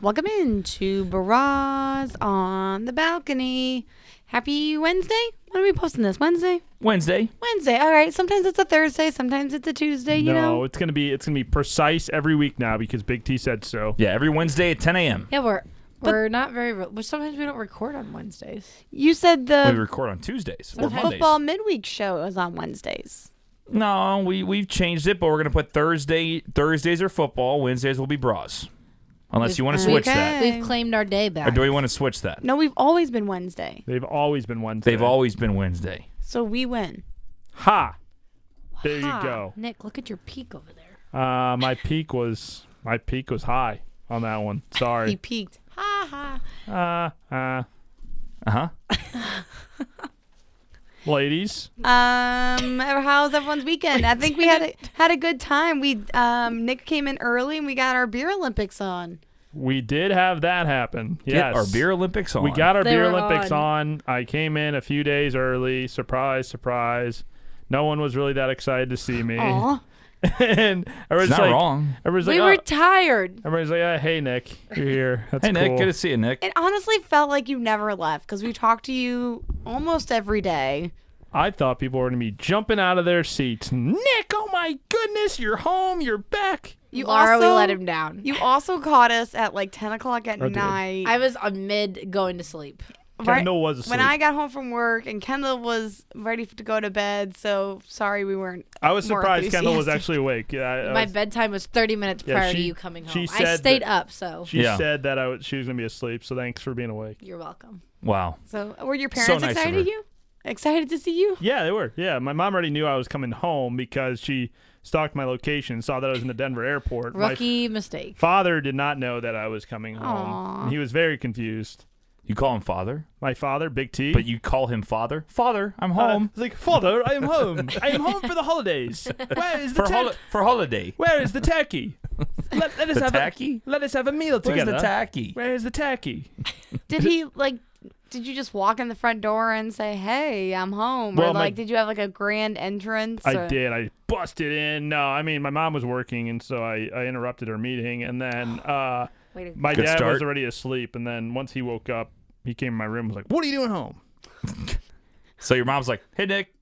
Welcome in to Bras on the Balcony. Happy Wednesday. When are we posting this? Wednesday? Wednesday. Wednesday. All right. Sometimes it's a Thursday. Sometimes it's a Tuesday. You no, know. it's gonna be it's gonna be precise every week now because Big T said so. Yeah, every Wednesday at 10 a.m. Yeah, we're. We're not very. Re- well, sometimes we don't record on Wednesdays. You said we the record on Tuesdays the or Mondays. Um, football midweek show was on Wednesdays. No, we we've changed it, but we're gonna put Thursday Thursdays are football, Wednesdays will be bras, unless you want to Okay. switch that, Okay. We've claimed our day back. or do we want to switch that? No, we've always been Wednesday, They've always been Wednesday. They've always been Wednesday. so we win. ha. There Ha. you go. Nick, look at your peak over there. Uh, my peak was my peak was high on that one. He Sorry. peaked. Ha ha. Uh, uh, Uh huh. ladies, Um, how's everyone's weekend? I think we had a, had a good time. We um, Nick came in early and we got our beer Olympics on. we did have that happen. Yes. Get our beer Olympics on. We got our They beer were Olympics on. I came in a few days early. Surprise, surprise. No one was really that excited to see me. Aw. and It's everybody's not like, wrong. Everybody's We like, were "Oh." tired. everybody's like, "Oh, hey Nick, you're here. That's Hey Nick, cool." good to see you, Nick. It honestly felt like you never left because we talked to you almost every day. I thought people were gonna be jumping out of their seats. Nick, oh my goodness, you're home. You're back. You Laura, also we let him down. You also caught us at like ten o'clock at I did. night. I was on mid going to sleep. Right- Kendall was asleep. when I got home from work and Kendall was ready to go to bed, so sorry we weren't. I was more surprised Kendall was enthusiastic. actually awake. Yeah, I, I My was- bedtime was 30 minutes Yeah, prior to she- you coming she home. said I stayed that- up, so She Yeah. said that I was, she was gonna be asleep. So thanks for being awake. you're welcome. Wow. So were your parents nice of excited her. to you? Excited to see you? Yeah, they were. Yeah, my mom already knew I was coming home because she stalked my location, saw that I was in the Denver airport. My Rookie mistake. father did not know that I was coming home. Aw. And he was very confused. You call him father, My father, Big T. but you call him father. Father, I'm uh, home was like, Father, I am home. I am home for the holidays. Where is the for hol- turkey? for holiday. Where is the turkey? Let, let us The have tacky? a let us have a meal Where's together. the tacky? Where is the turkey? Did he like? Did you just walk in the front door and say, "Hey, I'm home"? Well, or my- like, did you have like a grand entrance? I or- did. I busted in. No, I mean my mom was working, and so I, I interrupted her meeting, and then uh, Way to- my Good dad was start. already asleep, and then once he woke up, he came in my room, and was like, "What are you doing home?" So your mom's like, hey Nick,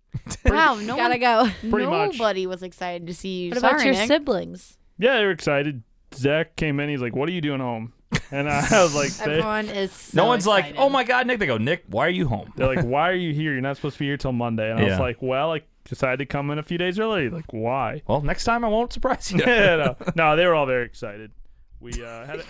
Wow, no Gotta one, go. pretty much. nobody was excited to see you. What Sorry, about your Nick. siblings? Yeah, they were excited. Zach came in. He's like, "What are you doing home?" And I, was like, they, Everyone is. So no one's like, excited. oh my god, Nick. They go, Nick, why are you home? "They're like, why are you here? You're not supposed to be here till Monday." And I was Yeah. like, "Well, I decided to come in a few days early." Like, why? Well, next time I won't surprise you. Yeah, no, no, they were all very excited. We uh, had a,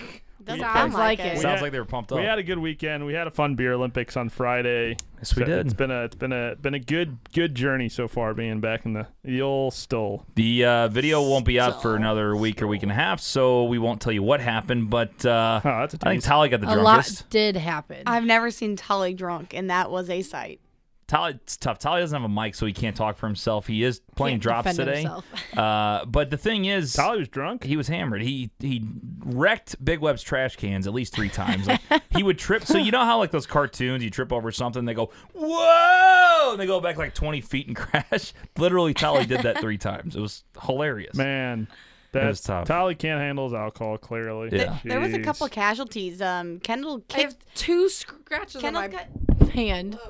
Doesn't sound Yeah. Sounds like like it. We Sounds had- like they were pumped up. we had a good weekend. We had a fun beer Olympics on Friday. yes, we So It's did. been a it's been a been a good good journey so far being back in the the old stole. The uh, video won't be out for another week or week and a half, so we won't tell you what happened. But uh, Oh, that's a I think tease. Tali got the A drunkest. lot did happen. I've never seen Tully drunk, and that was a sight. Tali, it's tough. Tali doesn't have a mic, so he can't talk for himself. He is playing Can't drops defend today. himself. Uh, but the thing is, Tolly was drunk. he was hammered. He he wrecked Big Web's trash cans at least three times. Like, he would trip. So you know how like those cartoons, you trip over something, they go whoa, and they go back like twenty feet and crash. Literally, Tali did that three times. It was hilarious. Man, was that's tough. Tolly can't handle his alcohol clearly. Yeah. There was a Jeez. couple casualties. Um, Kendall I have kicked. two scratches Kendall's on my got hand.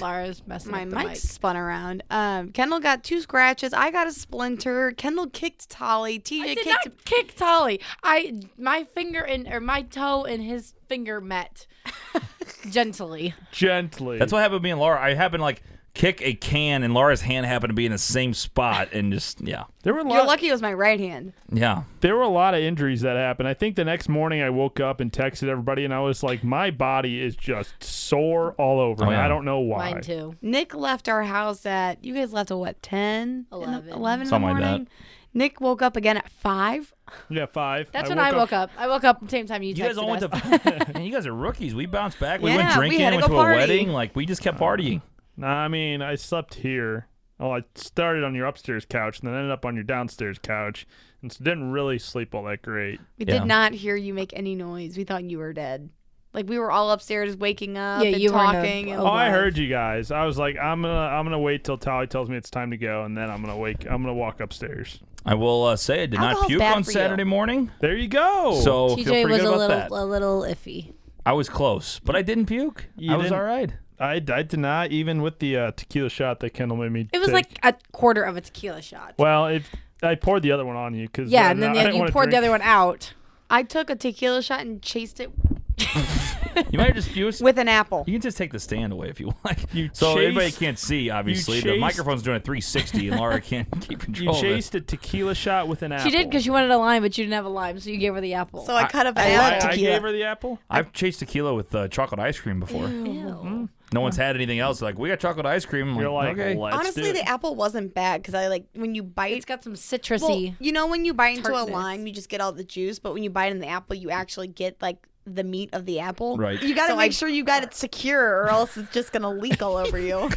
Lara's messing Oh. my up the mic, mic. spun around. Um, Kendall got two scratches. I got a splinter. Kendall kicked Tolly. TJ I did kicked. not kick Tolly. I my finger and or my toe and his finger met gently. Gently. That's what happened to me and Laura. I happened to like kick a can, and Laura's hand happened to be in the same spot, and just yeah, there were a lot You're lucky it was my right hand. yeah. there were a lot of injuries that happened. I think the next morning I woke up and texted everybody and I was like, My body is just sore all over. Oh, me. yeah. I don't know why. Mine too. Nick left our house at. You guys left at what? 10? Eleven. 11 in Something like the that. morning. Nick woke up again at 5. Yeah, five. That's when I woke up. I woke up the same time you. You guys all went texted us. to. man, you guys are rookies. We bounced back. We Yeah, went we drinking. had to went go to party. a wedding. Like we just kept Oh. partying. Nah, I mean, I slept here. Well, I started on your upstairs couch and then ended up on your downstairs couch. And so didn't really sleep all that great. Oh, We Yeah. did not hear you make any noise. We thought you were dead. Like we were all upstairs waking up Yeah, and you were in a- talking. and- Oh, Oh, I wow. heard you guys. I was like, I'm gonna, I'm gonna wait till Tally tells me it's time to go, and then I'm gonna wake, I'm gonna walk upstairs. I will uh, say I did not Alcohol's puke bad on for you. Saturday morning, There you go. so Oh, feel pretty TJ was good a about little that. a little iffy. I was close, but I didn't puke. You I was didn't- all right. I, I did not even with the uh, tequila shot that Kendall made me. It was take. like a quarter of a tequila shot. well, it, I poured the other one on you because yeah, and then the, you poured the other one out. I took a tequila shot and chased it You might just you, was, with an apple. you can just take the stand away if you like. You so everybody chased- can't see. Obviously, the chased- microphone's doing a 360, and Laura can't keep You control. of it. chased a tequila shot with an apple. She did because she wanted a lime, but you didn't have a lime, so you gave her the apple. So I, cut up an I, apple. I gave her the apple. I've chased tequila with uh, chocolate ice cream before. Ew. No one's had anything else. Like we got chocolate ice cream. I'm You're like, okay. let's do Honestly, it. the apple wasn't bad because I like when you bite. It's got some citrusy. Well, you know when you bite into a tartness. lime, you just get all the juice, but when you bite in the apple, you actually get like the meat of the apple. Right. You got to So make I- sure you got it secure, or else it's just gonna leak all over you.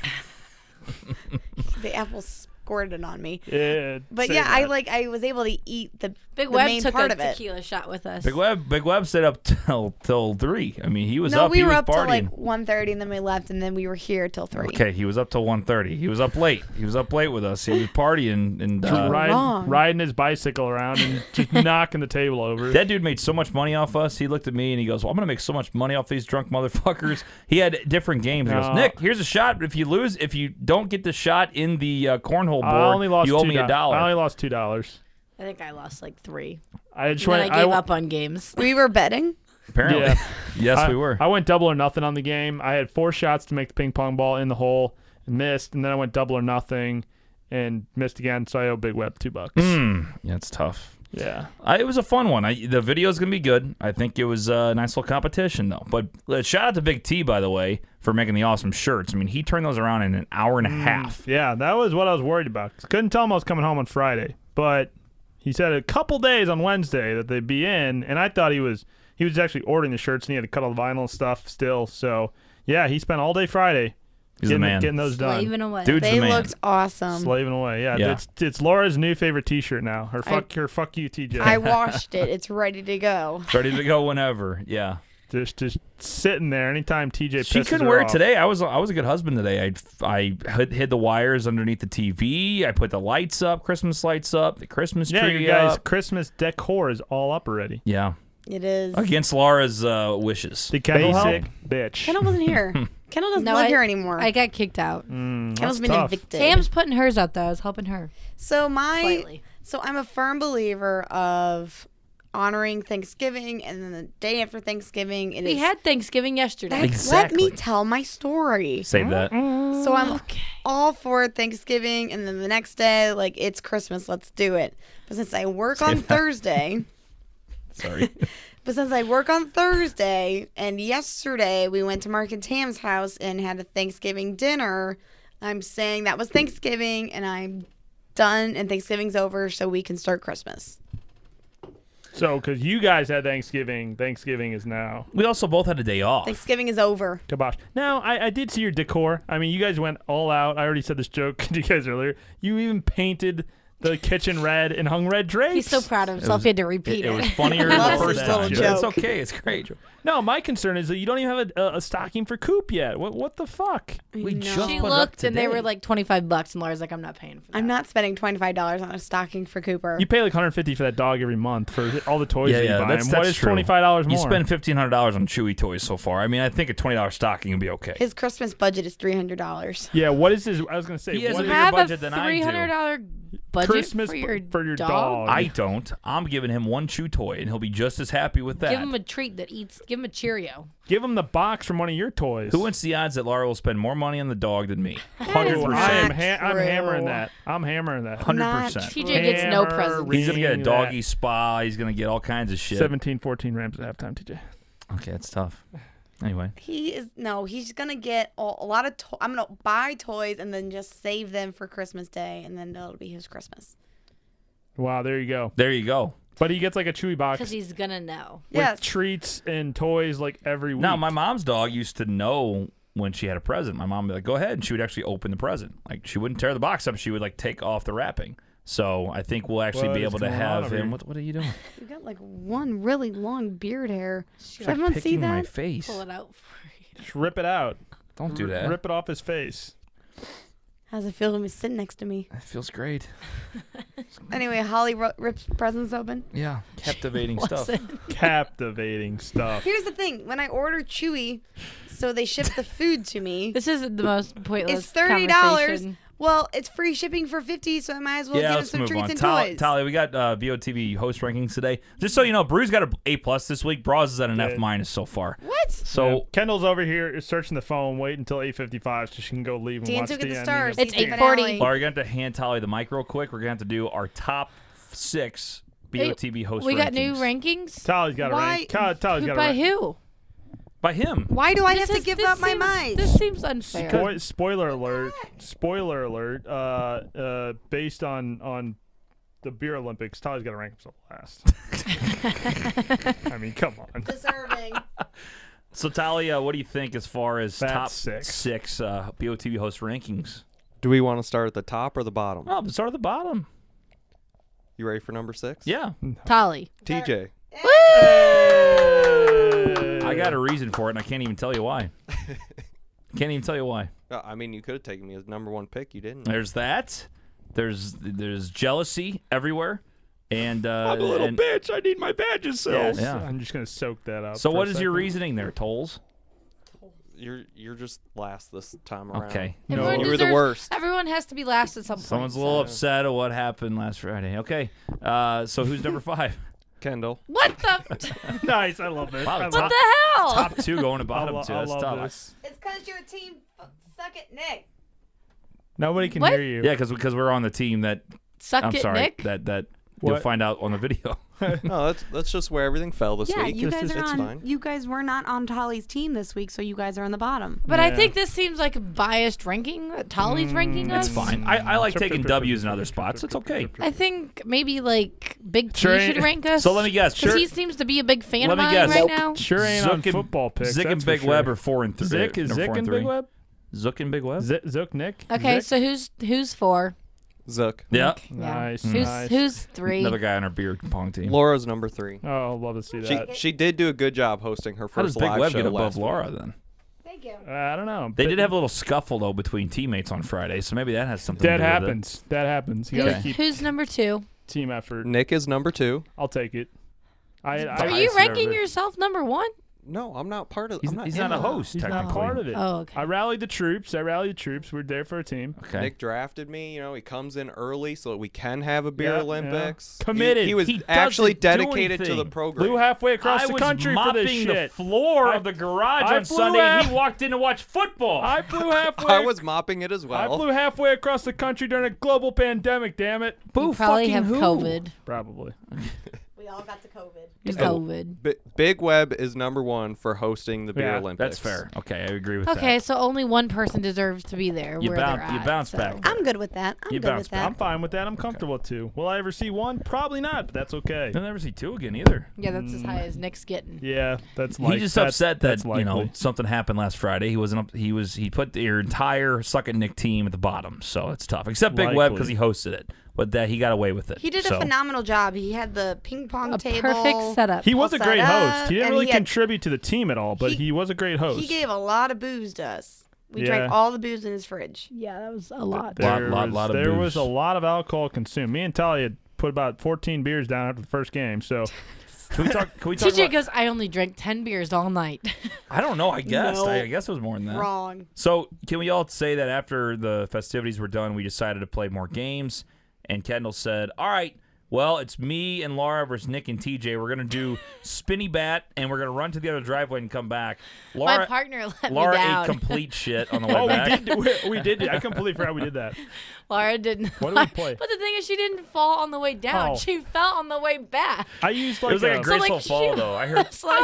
the apple squirted on me, Yeah, but say yeah, I that. like I was able to eat the Big the Web main took part a of it. tequila shot with us. Big Web, Big Web stayed up till till three. I mean, he was No, up. we he were was up till partying. like 1.30 and then we left, and then we were here till three. okay, he was up till 1.30. He was up late. He was up late with us. He was partying, and uh, riding, wrong. riding his bicycle around and just knocking the table over. That dude made so much money off us. He looked at me and he goes, "Well, I'm gonna make so much money off these drunk motherfuckers." He had different games. He goes, No. "Nick, here's a shot. If you lose, if you don't get the shot in the uh, cornhole board, I only lost you owe two me a do- dollar." I only lost two dollars. I think I lost like three. I just And then I went. gave w- up on games. We were betting. Apparently, Yeah. yes, I, we were. I went double or nothing on the game. I had four shots to make the ping pong ball in the hole, and missed, and then I went double or nothing, and missed again. So I owe Big Web two bucks. Mm. Hmm. yeah, it's tough. Yeah, I, it was a fun one. I, the video's gonna be good. I think it was uh, a nice little competition though. But uh, shout out to Big T by the way for making the awesome shirts. I mean, he turned those around in an hour and a half. Mm. yeah, that was what I was worried about. Couldn't tell him I was coming home on Friday, but he said a couple days on Wednesday that they'd be in, and I thought he was he was actually ordering the shirts and he had to cut all the vinyl and stuff still. So yeah, he spent all day Friday He's the getting, man. getting those done. Slaving away. Dude's They the man. looked awesome. Slaving away, yeah. Yeah. It's it's Laura's new favorite T-shirt now. Her I- fuck, her fuck you, TJ. I washed it. It's ready to go. Ready to go whenever. Yeah. just just sitting there. Anytime TJ, She pisses couldn't her wear it off. today. I was I was a good husband today. I I hid, hid the wires underneath the TV. I put the lights up, Christmas lights up, the Christmas Yeah, tree you guys, up. Christmas decor is all up already. Yeah, It is. against Laura's uh, wishes. The Kendall Basic. bitch. Kendall wasn't here. Kendall doesn't No, live I- here anymore. I got kicked out. Kendall's been tough. evicted. Tam's putting hers out though. I was helping her. so my Slightly. so I'm a firm believer of honoring Thanksgiving and then the day after Thanksgiving. It We is- had Thanksgiving yesterday. Like, Let Exactly. me tell my story. Save that. So I'm all for Thanksgiving, and then the next day, like it's Christmas. Let's do it. But since I work on Thursday. Sorry. But since I work on Thursday and yesterday we went to Mark and Tam's house and had a Thanksgiving dinner, I'm saying that was Thanksgiving and I'm done and Thanksgiving's over so we can start Christmas. So, because you guys had Thanksgiving, Thanksgiving is now we also both had a day off. Thanksgiving is over. kibosh. Now, I, I did see your decor. I mean, you guys went all out. I already said this joke to you guys earlier. You even painted the kitchen red and hung red drapes. He's so proud of himself. was- he had to repeat it. It was funnier the Love first this time. little but It's joke. okay. It's great. No, my concern is that you don't even have a, a, a stocking for Coop yet. What what the fuck? We No. just she put it up looked and they today. were like 25 bucks and Laura's like I'm not paying for that. I'm not spending $25 on a stocking for Cooper. You pay like 150 for that dog every month for all the toys Yeah, that you yeah, buy that's, him. that's what is true. $25 more? You spend fifteen hundred dollars on Chewy toys so far. I mean, I think a twenty dollars stocking would be okay. His Christmas budget is $300. Yeah, what is his? I was gonna say, He has what a is- bigger have budget a than I do. $300 budget Christmas for bu- your, for your dog. I don't. I'm giving him one chew toy, and he'll be just as happy with that. Give him a treat that eats. Give him a Cheerio. give him the box from one of your toys. Who wants the odds that Laura will spend more money on the dog than me? That is Ooh, not I am ha- I'm true. hammering that. I'm hammering that. Hundred Not percent. true. TJ gets no presents. He's gonna get a Hammering doggy that. spa. He's gonna get all kinds of shit. 17-14 Rams at halftime, TJ. Okay, that's tough. Anyway, He is, no, he's going to get a, a lot of, to- I'm going to buy toys and then just save them for Christmas Day and then it'll be his Christmas. Wow, there you go. there you go. But he gets like a chewy box Because he's going to know. with yes. treats and toys like every week. Now, my mom's dog used to know when she had a present. My mom would be like, "Go ahead," and she would actually open the present. Like she wouldn't tear the box up. She would like take off the wrapping. So I think we'll actually What be is able to going on have over him. here? What, what are you doing? You got like one really long beard hair. Does You're everyone see picking my that? face. Pull it out for you. Just rip it out. Don't do that. Rip it off his face. How's it feel when he's sitting next to me? It feels great. Anyway, Holly ro- rips presents open. Yeah, captivating stuff. Listen. Captivating stuff. Here's the thing: when I order Chewy, so they ship the food to me. This is the most pointless. It's thirty dollars. conversation. Well, it's free shipping for fifty, so I might as well yeah, get us let's some move treats on. and Tolly, toys. Tolly, we got uh, BOTV host rankings today. Just so you know, Brew's got a A plus this week. Braz is at an Yeah. F minus so far. What? So Yeah. Kendall's over here is searching the phone. Wait until 8:55 so she can go leave and Dan watch took the, it the ending stars. of- It's Season 8:40. finale. Laura, you're going to have to hand Tolly the mic real quick. We're going to have to do our top six Hey, BOTB host We rankings. got new rankings. Tolly's got a Why- rank. Tol- Tolly's Who got by a rank. who? By him. Why do I have This to is- give this up my seems- mind? This seems unfair. Spoil- spoiler alert. Spoiler alert. Uh, uh, based on on the beer Olympics, Tolly's got to rank himself last. I mean, come on. Deserving. So, Tolly, uh, what do you think as far as That's top six. six uh, BOTB host rankings? Do we want to start at the top or the bottom? Oh, but start at the bottom. You ready for number six? Yeah. Tolly. TJ. I got a reason for it, and I can't even tell you why. can't even tell you why. Uh, I mean, you could have taken me as number one pick. You didn't. There's that. There's there's jealousy everywhere, and uh, and- bitch. I need my badges cells. Yeah. I'm just gonna soak that up. So, for a what is your second. reasoning there, Tolls? You're you're just last this time around. Okay. No. Everyone You were the deserves- worst. Everyone has to be last at some point. Someone's a little so- upset at what happened last Friday. Okay. Uh, so who's number five? Kendall. What the? what Nice. I love it. Wow, I it's love up the hell? Top two going to I bottom lo- two. I That's love tough. this. It's because you're a team. f- Suck it, Nick. Nobody can What? hear you. Yeah, because because we're on the team that Suck I'm it, sorry Nick. that that you'll What? find out on the video. No, that's that's just where everything fell this week. it's it's fine. You guys were not on Tolly's team this week, so you guys are on the bottom. but I Yeah. think this seems like a biased ranking. that Tolly's ranking Mm, It's us. fine. I, I like Mm, Trip, taking trip, trip, W's in trip, other trip, spots. trip, It's trip, trip, okay. trip, trip. I think maybe like Big T Sure ain't- should rank us. So let me guess. Because Sure- he seems to be a big fan Let of me mine guess. right Nope. now. Sure ain't Zook on football picks. Zick and that's for Big sure. Web are four and three. Zick is number Zick four and three. Big Web. Zook and Big Web. Z- Zook Nick. Okay, Zick? so who's who's four? Zook. Yeah. Nice. Who's nice. who's three? Another guy on our beer pong team. Laura's number three. Oh, love to see She that. she did do a good job hosting her How does first Big live Web show get last above week. Laura then? Thank you. Uh, I don't know. They but did have a little scuffle though between teammates on Friday, so maybe that has something. That to do with it. happens. That happens. You Who- gotta Okay. keep Who's number two? team effort. Nick is number two. I'll take it. I, I, Are I you see ranking that. yourself number one? No, I'm not part of. He's, I'm not he's in not a on it. host He's technically. not part of it. Oh, okay. I rallied the troops. I rallied the troops. We're there for a team. Okay. Nick drafted me. You know, he comes in early so that we can have a beer Yeah, yeah. Olympics. He- Committed. He, was He actually doesn't do dedicated to the anything. program. Flew halfway across I the was country for mopping this shit. the floor I- of the garage I on flew Sunday, and out- he walked in to watch football. I flew halfway. I was mopping it as I well. flew halfway across the country during a global pandemic. Damn it. You probably have COVID. Probably. We all got to COVID. COVID. Bi- Big Web is number one for hosting the beer Yeah, That's Olympics. fair. Okay, I agree with Okay, that. so only one person deserves to be there. You where boun- they're you at, bounce so. back. I'm good with that. I'm You good bounced with that. I'm fine with that. I'm comfortable with two. Will I ever see one? Probably not, but that's okay. You'll never see two again either. Yeah, that's as high as Nick's getting. Yeah, that's he like just that's- upset that's that you know likely. something happened last Friday. He wasn't. Up, he was. He put your entire suck at Nick team at the bottom, so it's tough. Except Big Web because Likely. he hosted it, but that he got away with it. He did so. a phenomenal job. He had the ping pong A table. perfect setup. He was all a great set up, host. He didn't and really he had- contribute to the team at all, but he, He- was a great host. He gave a lot of booze to us. We Yeah. drank all the booze in his fridge. yeah, that was a lot. Lot, there lot, was, lot of there booze. was a lot of alcohol consumed. Me and Talia had put about 14 beers down after the first game, so Can we talk? Can we talk? TJ about, goes, I only drank 10 beers all night. I don't know. I guess. No. I, I guess it was more than that. Wrong. So can we all say that after the festivities were done, we decided to play more games? And Kendall said, "All right." Well, it's me and Laura versus Nick and TJ. We're gonna do spinny bat, and we're gonna run to the other driveway and come back. Laura, My partner let Laura me down. ate complete shit on the way oh, we back. did, we, we did. I completely forgot we did that. Laura didn't. What did we play? But the thing is, she didn't fall on the way down. Oh. She fell on the way back. I used It like, was like a So, like, graceful she fall, though. I heard It's like,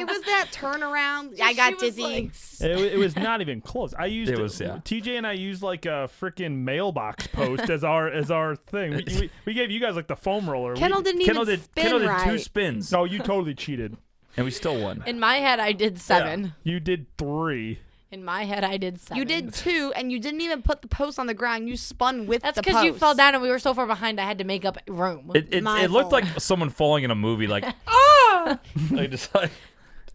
It was that turnaround. I she got was dizzy. like- It, wa- it was not even close. I used It was, yeah. TJ and I used like a freaking mailbox post as our as our thing. We, we, we gave you guys like the foam roller. We- Kendall didn't Kendall even did, spin Kendall did right. two spins, no, you totally cheated. and we still won. in my head, I did seven. You did three. In my head, I did seven. You did two, and you didn't even put the post on the ground. You spun with That's the because you post. fell down and we were so far behind. I had to make up room. It, it, My it looked fault. like someone falling in a movie, like, Ah! like just like,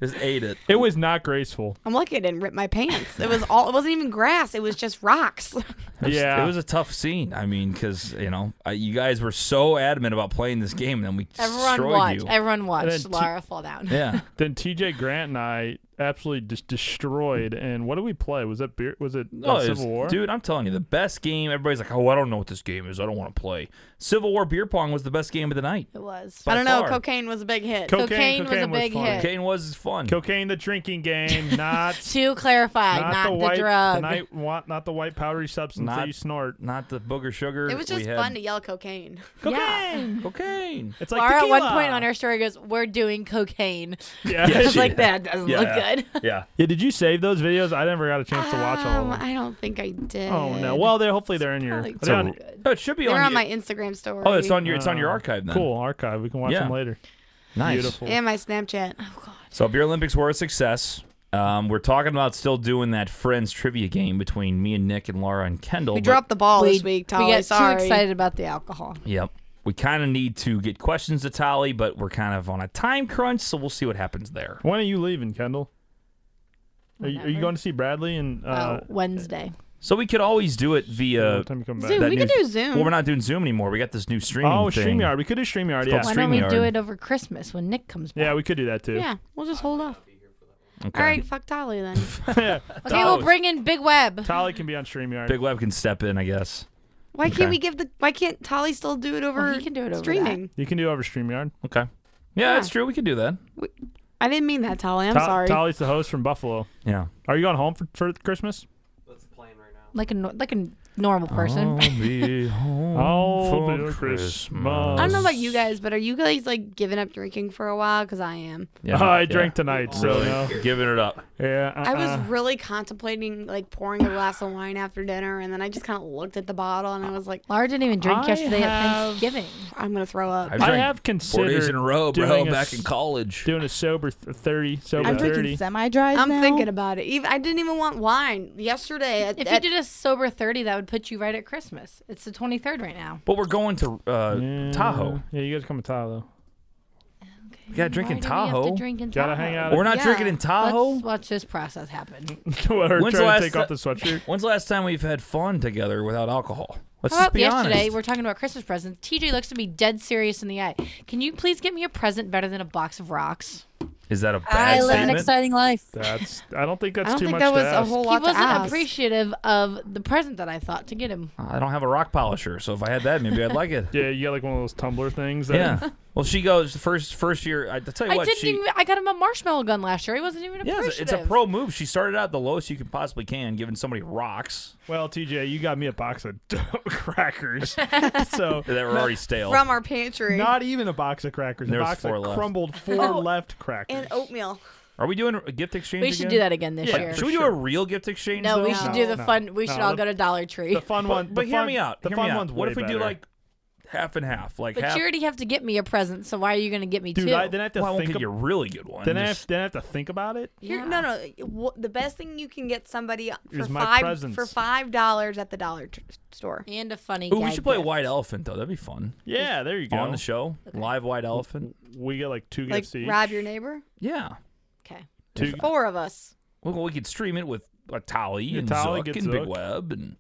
Just ate it. It was not graceful. I'm lucky I didn't rip my pants. It was all. It wasn't even grass. It was just rocks. It was- Yeah. it was a tough scene. I mean, because you know, I, you guys were so adamant about playing this game, and then we Everyone destroyed watched. you. Everyone then watched t- Lara fall down. yeah, Then TJ Grant and I absolutely just destroyed. And what did we play? Was that beer? Was it no, uh, it was- Civil War? dude. I'm telling you, the best game. Everybody's like, "Oh, I don't know what this game is. I don't want to play." Civil War beer pong was the best game of the night. It was. I By don't know. far. Cocaine was a big hit. Co- Cocaine, was a cocaine was big fun. hit. Cocaine was fun. Cocaine, the drinking game, not To clarify, not, the the, white, drug. Not, wa- not the white powdery substance Not- that you snort. Not the booger sugar. it was we just had fun to yell cocaine. Yeah. cocaine. It's like Lara at one tequila. point on her story goes, "We're doing cocaine." Yeah. Yeah, I was she- like, "That doesn't Yeah. look good." Yeah. Yeah, did you save those videos? I never got a chance to watch all Um, of them. I don't think I did. Oh no! Well, they're hopefully they're in your. Probably they're not on- good. No, Oh, it should be they were on, on you- my Instagram story. Oh, it's on your it's on your uh, archive then. Cool archive. We can watch Yeah. them later. Nice. Beautiful. and my Snapchat. Oh, So beer Olympics were a success. Um, we're talking about still doing that friends trivia game between me and Nick and Laura and Kendall. We but- dropped the ball we, this week, we Tolly. got Sorry. too excited about the alcohol. Yep. We kind of need to get questions to Tolly, but we're kind of on a time crunch, so we'll see what happens there. When are you leaving, Kendall? Are you, are you Whenever. going to see Bradley and uh, oh, Wednesday. So we could always do it by via. the time you come back? Zoom. that we could new- do Zoom. Well, we're not doing Zoom anymore. We got this new streaming oh, thing. Streamyard. We could do uh, Streamyard. It's Yeah. called Why don't we do StreamYard. it over Christmas when Nick comes back? yeah, we could do that too. yeah, we'll just hold off. Okay. All right, fuck Tolly then. Okay, we'll bring in Big Web. Tolly can be on Streamyard. Big Web can step in, I guess. Why Okay. can't we give the? Why can't Tolly still do it over? he can do it over streaming. you can do over Streamyard. Okay. Yeah, that's true. We could do that. I didn't mean that, Tolly. I'm Tol- sorry. Tolly's the host from Buffalo. Yeah. Are you going home for, for Christmas? That's the plan right now. Like a nor- like a normal Oh, person. I'll be home I'll for be Christmas. I don't know about you guys, but are you guys like giving up drinking for a while? Because I am. Yeah, Oh, I yeah. drank tonight, so Really no. giving it up. Yeah. I uh-uh. was really contemplating like pouring a glass of wine after dinner, and then I just kind of looked at the bottle and I was like, Lara didn't even drink I yesterday at have- Thanksgiving. I'm gonna throw up. I've I drank have four considered days in a row, bro. doing a Back s- in college. doing a sober th- thirty. Sober I'm thirty. drinking semi dries. I'm thinking about it. Even I didn't even want wine yesterday. At, If at- you did a sober thirty, that would put you right at Christmas. It's the twenty third right now. But we're going to uh, Yeah. Tahowe. Yeah, you guys come to Tahoe. We gotta drink in Tahoe. Gotta hang out. We're not Yeah. drinking in Tahoe. Let's watch this process happen. Well, her When's the trying last to take off ti- the sweatshirt. When's the last time we've had fun together without alcohol? Let's How just about be yesterday? honest. We're talking about Christmas presents. TJ looks at me dead serious in the eye. Can you please get me a present better than a box of rocks? Is that a bad I live an statement? exciting life. That's. I don't think that's I don't too think much that to was a ask. whole he lot to wasn't ask. appreciative of the present that I thought to get him. I don't have a rock polisher, so if I had that, maybe I'd like it. Yeah, you got like one of those tumbler things. That, yeah. Well, she goes the first first year. I I'll tell you I what, didn't she. even. I got him a marshmallow gun last year. He wasn't even yeah, appreciative. it's a, it's a pro move. She started out the lowest you can possibly can, giving somebody rocks Well, TJ, you got me a box of crackers. so that were already stale. from our pantry not even a box of crackers. There a was box four of left. crumbled four Oh, left crackers. and oatmeal. Are we doing a gift exchange? We should again? do that again this Yeah. year. Should we do a real gift exchange? No, though? we No. should do the No, fun. We no, should all the- go to Dollar Tree. the fun one. But, but the hear fun- me out. The hear fun me out. one's What way if we do better. like half and half? Like But half. you already have to get me a present, so why are you going to get me Dude, two? I, then I have to well, I won't think. get ab- you a really good one. then I have Just- then I have to think about it. You're- No, no. wh- The best thing you can get somebody for Is my five presents. for five dollars at the dollar t- store. and a funny. Ooh, we gag should play gift. White Elephant though. That'd be fun. Yeah, there you go. On the show, live White Elephant. we get like two Like gifts each. rob your neighbor. Yeah. Okay. Two, Four of us. Well, we could stream it with a Tally Yeah, and Tally Zook gets and Big Zook. Web and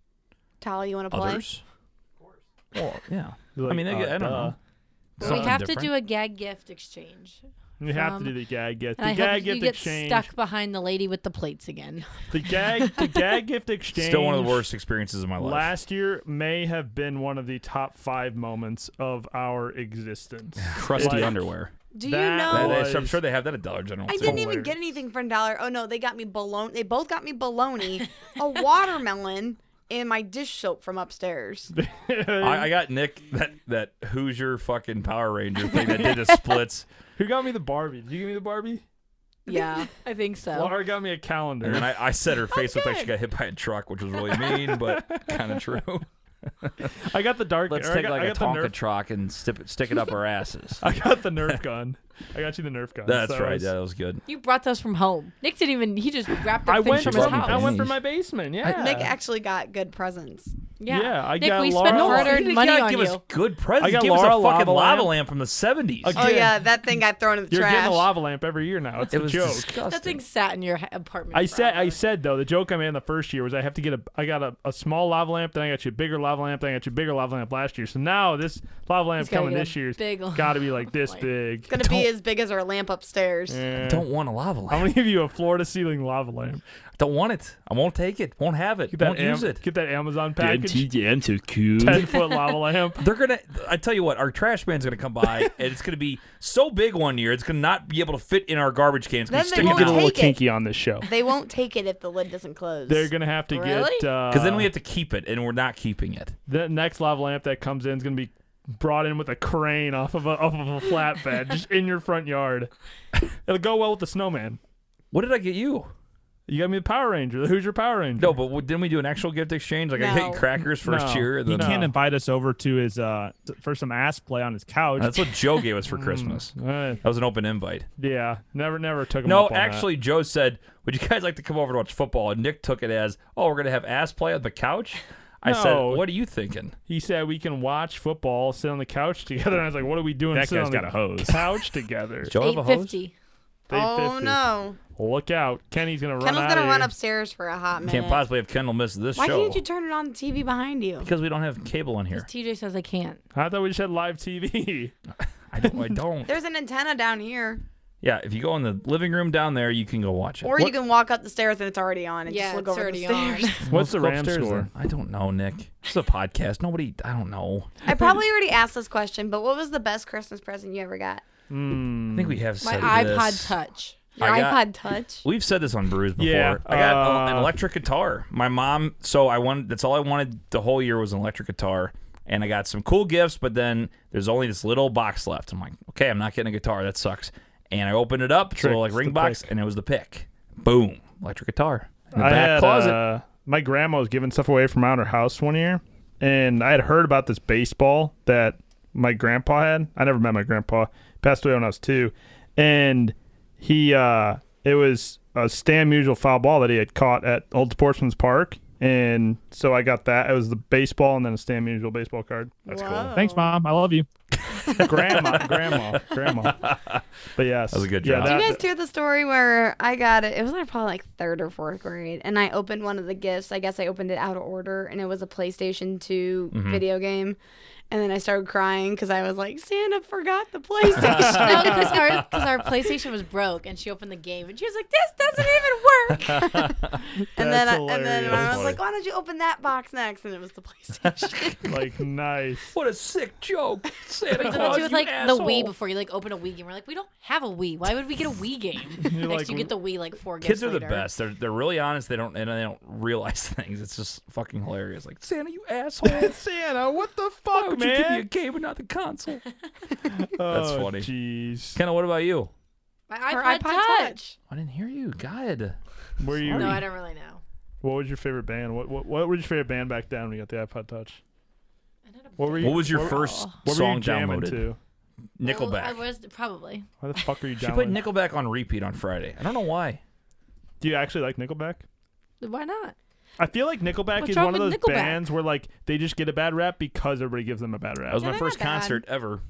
Tolly, you want to play? others. Of course. Well, yeah. You're I like, mean, I, uh, I don't duh. know. But we have to do a gag gift exchange. you have to from- do the gag gift. And The I gag hope you gift get exchange. stuck behind the lady with the plates again. The gag. The gag gift exchange. Still one of the worst experiences of my life. Last year may have been one of the top five moments of our existence. crusty Like, underwear. Do That- you know? That is- I'm was- sure they have that at Dollar General. Oh. I too. didn't even get anything for a dollar. Oh no, they got me bologna. They both got me bologna, a watermelon, and my dish soap from upstairs. I, I got Nick that that Hoosier fucking Power Ranger thing that did the splits, Who got me the Barbie? Did you give me the Barbie? Yeah, I think so. Laura got me a calendar. and then I, I said her face looked like she got hit by a truck, which was really mean, but kind of true. I got the dark. Let's or I take got- like I a got the Tonka Nerf, truck and stip it, stick it up our asses. I got the Nerf gun. I got you the Nerf gun. That's so I right. was- Yeah, that was good. you brought those from home. Nick didn't even. He just wrapped up I things went from from, his from- house. I went from my basement. Yeah. Nick actually got good presents. Yeah. Yeah, I Nick, got we Laura- spent No, You hard-earned did money not on give you. us good presents. I got give us a Laura fucking lava, a lava lamp. lamp. from the 70s. Again. Oh yeah, that thing got thrown in the You're trash. getting a lava lamp every year now. It's It a was joke. disgusting. That thing sat in your ha- apartment. I said, I forever. said though, the joke I made in the first year was I have to get a, I got a, a small lava lamp, then I got you a bigger lava lamp, then I got you a bigger lava lamp last year. So now this lava lamp He's gotta coming get a this year's big got to be like this lamp. big. It's gonna be as big as our lamp upstairs. Eh. Don't want a lava lamp. I'm gonna give you a floor to ceiling lava lamp. Don't want it. I won't take it. Won't have it. Get that Won't Am- use it. Get that Amazon package. I'm so cool. Ten foot lava lamp. They're gonna. I tell you what, our trash man's gonna come by, and it's gonna be so big one year, it's gonna not be able to fit in our garbage cans. Then Because they won't Get a little Take it. kinky on this show. They won't take it if the lid doesn't close. They're gonna have to get Really? because then we have to keep it, and we're not keeping it. the next lava lamp that comes in is gonna be brought in with a crane off of a off of a flatbed just in your front yard. It'll go well with the snowman. What did I get you? You got me the Power Ranger. Who's your Power Ranger? No, but what, didn't we do an actual gift exchange? Like I No. get you crackers first No. year. And He then, uh, No. can't invite us over to his uh t- for some ass play on his couch. That's what Joe gave Mm. us for Christmas. Uh, That was an open invite. yeah, never never took him No, up on that. actually, Joe said, "Would you guys like to come over to watch football?" And Nick took it as, "Oh, we're gonna have ass play on the couch." I said, No. "What are you thinking?" he said we can watch football, sit on the couch together. And I was like, what are we doing? That sitting guy's on got the a hose. Couch together. Joe have a hose? 850. They oh 50. no, Look out! Kenny's gonna run Kendall's out. gonna of run here. upstairs for a hot minute. Can't possibly have Kendall miss this Why show can't you turn it on the TV behind you? because we don't have cable in here. TJ says I can't. I thought we just had live TV. I don't. I don't. There's an antenna down here, Yeah, if you go in the living room down there, you can go watch it. or you can walk up the stairs and it's already on. And just look over the stairs. What's Let's the go Rams upstairs score? then. I don't know, Nick. It's a podcast. Nobody. I don't know. I probably already asked this question, but what was the best Christmas present you ever got? I think we have My said iPod this. Touch. Your I got- iPod Touch. We've said this on Brews before. Yeah, I got uh, an electric guitar. My mom. So I wanted. That's all I wanted the whole year was an electric guitar. And I got some cool gifts, but then there's only this little box left. I'm like, okay, I'm not getting a guitar. That sucks. And I opened it up, it's a little like Tricks, ring the box, pick. and it was the pick. Boom, electric guitar in the I back had, closet. uh, my grandma was giving stuff away from out her house one year, and I had heard about this baseball that my grandpa had. I never met my grandpa. He passed away when I was two, and he uh, it was a Stan Musial foul ball that he had caught at Old Sportsman's Park, and so I got that. It was the baseball and then a Stan Musial baseball card. That's cool. Thanks, mom. I love you. grandma, grandma, grandma. But yes, that was a good yeah, job. Do you that- guys hear the story where I got it? It was like probably like third or fourth grade, and I opened one of the gifts. I guess I opened it out of order, and it was a PlayStation 2 Mm-hmm. video game. And then I started crying because I was like, Santa forgot the PlayStation. No, because our, 'cause our PlayStation was broke, and she opened the game, and she was like, "This doesn't even work." and then, I, That's and then hilarious. I was like, why don't you open that box next? And it was the PlayStation. like nice. What a sick joke, Santa Oh, Something Claus, to do with you like the asshole. Wii before you like open a Wii game. We're like, we don't have a Wii. Why would we get a Wii game? Next, like, you get the Wii like four Kids gifts are the later. best. They're they're really honest. They don't and they don't realize things. It's just fucking hilarious. Like Santa, you asshole! Santa, what the Why fuck, would you give me a game and not the console? That's Oh, funny. Jeez. Kendall, what about you? My Her iPod, iPod Touch. I didn't hear you. God, Were you? No, I don't really know. What was your favorite band? What, what What was your favorite band back then when you got the iPod Touch? What were you? what was your what- first what were song you jamming downloaded? to? Well, I Nickelback. was probably. Why the fuck are you she put downloading? Nickelback on repeat on Friday. I don't know why. Do you actually like Nickelback? Why not? I feel like Nickelback What's is wrong one of with those Nickelback? bands where like they just get a bad rap because everybody gives them a bad That rap. was Yeah, my they're not first bad. concert ever.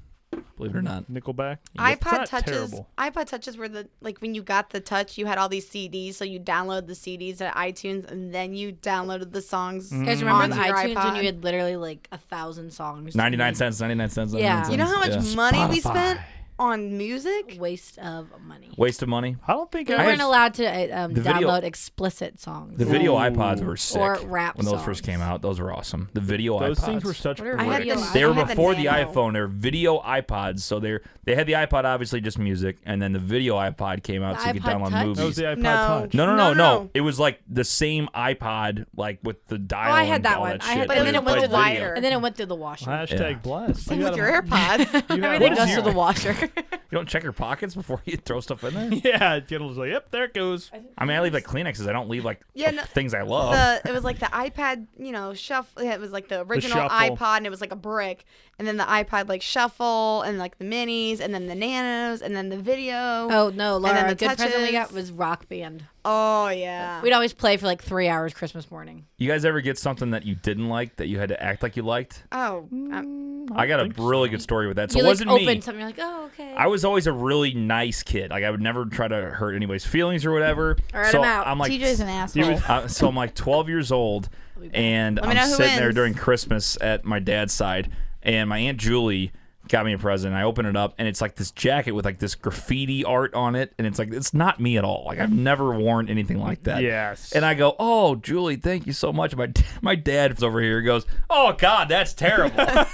Believe it or not. Nickelback. It's iPod not touches. Terrible. iPod touches were the like when you got the touch, you had all these CDs, so you download the CDs at iTunes, and then you downloaded the songs. You guys on remember the your iTunes iPod. when you had literally like a thousand songs? to Ninety nine make cents. Ninety nine cents. 99 Yeah. cents. You know how much Yeah. money we Spotify. spent on music? Waste of money. Waste of money. I don't think We I weren't had- allowed to uh, um, The video- download explicit songs. The video Ooh. iPods were sick. Or rap when those first songs. came out, those were awesome. The video those iPods. things were such. What are I had radio the- iPods? they were I had the before the, Nano. iPhone. They're video iPods, so they are they had the iPod, obviously just music, and then the video iPod came out, The so you could iPod download Touch? movies. That was the iPod No. Touch. no, no, no, No, no, no, no. It was like the same iPod, like with the dial. Oh, I had and that all one. That I shit, had- but then you it went played wider. video. And then it went through the washer. Hashtag blessed. Same You with got your a- AirPods. you got a whole Everything goes through year. the washer. You don't check your pockets before you throw stuff in there. Yeah, Kendall's like, yep, there it goes. I mean, I leave like Kleenexes. I don't leave like Yeah, the no- things I love. The, it was like the iPad, you know, shuffle. It was like the original shuffle. iPod, and it was like a brick. And then the iPod, like shuffle, and like the minis, and then the nanos, and then the video. Oh no, then Laura! the A good present we got touches. was Rock Band. Oh, yeah. We'd always play for like three hours Christmas morning. you guys ever get something that you didn't like that you had to act like you liked? oh, um, I got a really good story with that. So you it wasn't like open me. something, you're like, oh okay. I was always a really nice kid. Like I would never try to hurt anybody's feelings or whatever. All right, so I'm out. I'm like, TJ's an asshole. Uh, so I'm like 12 years old, and me I'm know who sitting there wins. during Christmas at my dad's side, and my aunt Julie got me a present. I open it up, and it's like this jacket with like this graffiti art on it, and it's like it's not me at all. Like I've never worn anything like that. Yes. And I go, "Oh, Julie, thank you so much." My d- my dad was over here. Goes, "Oh God, that's terrible."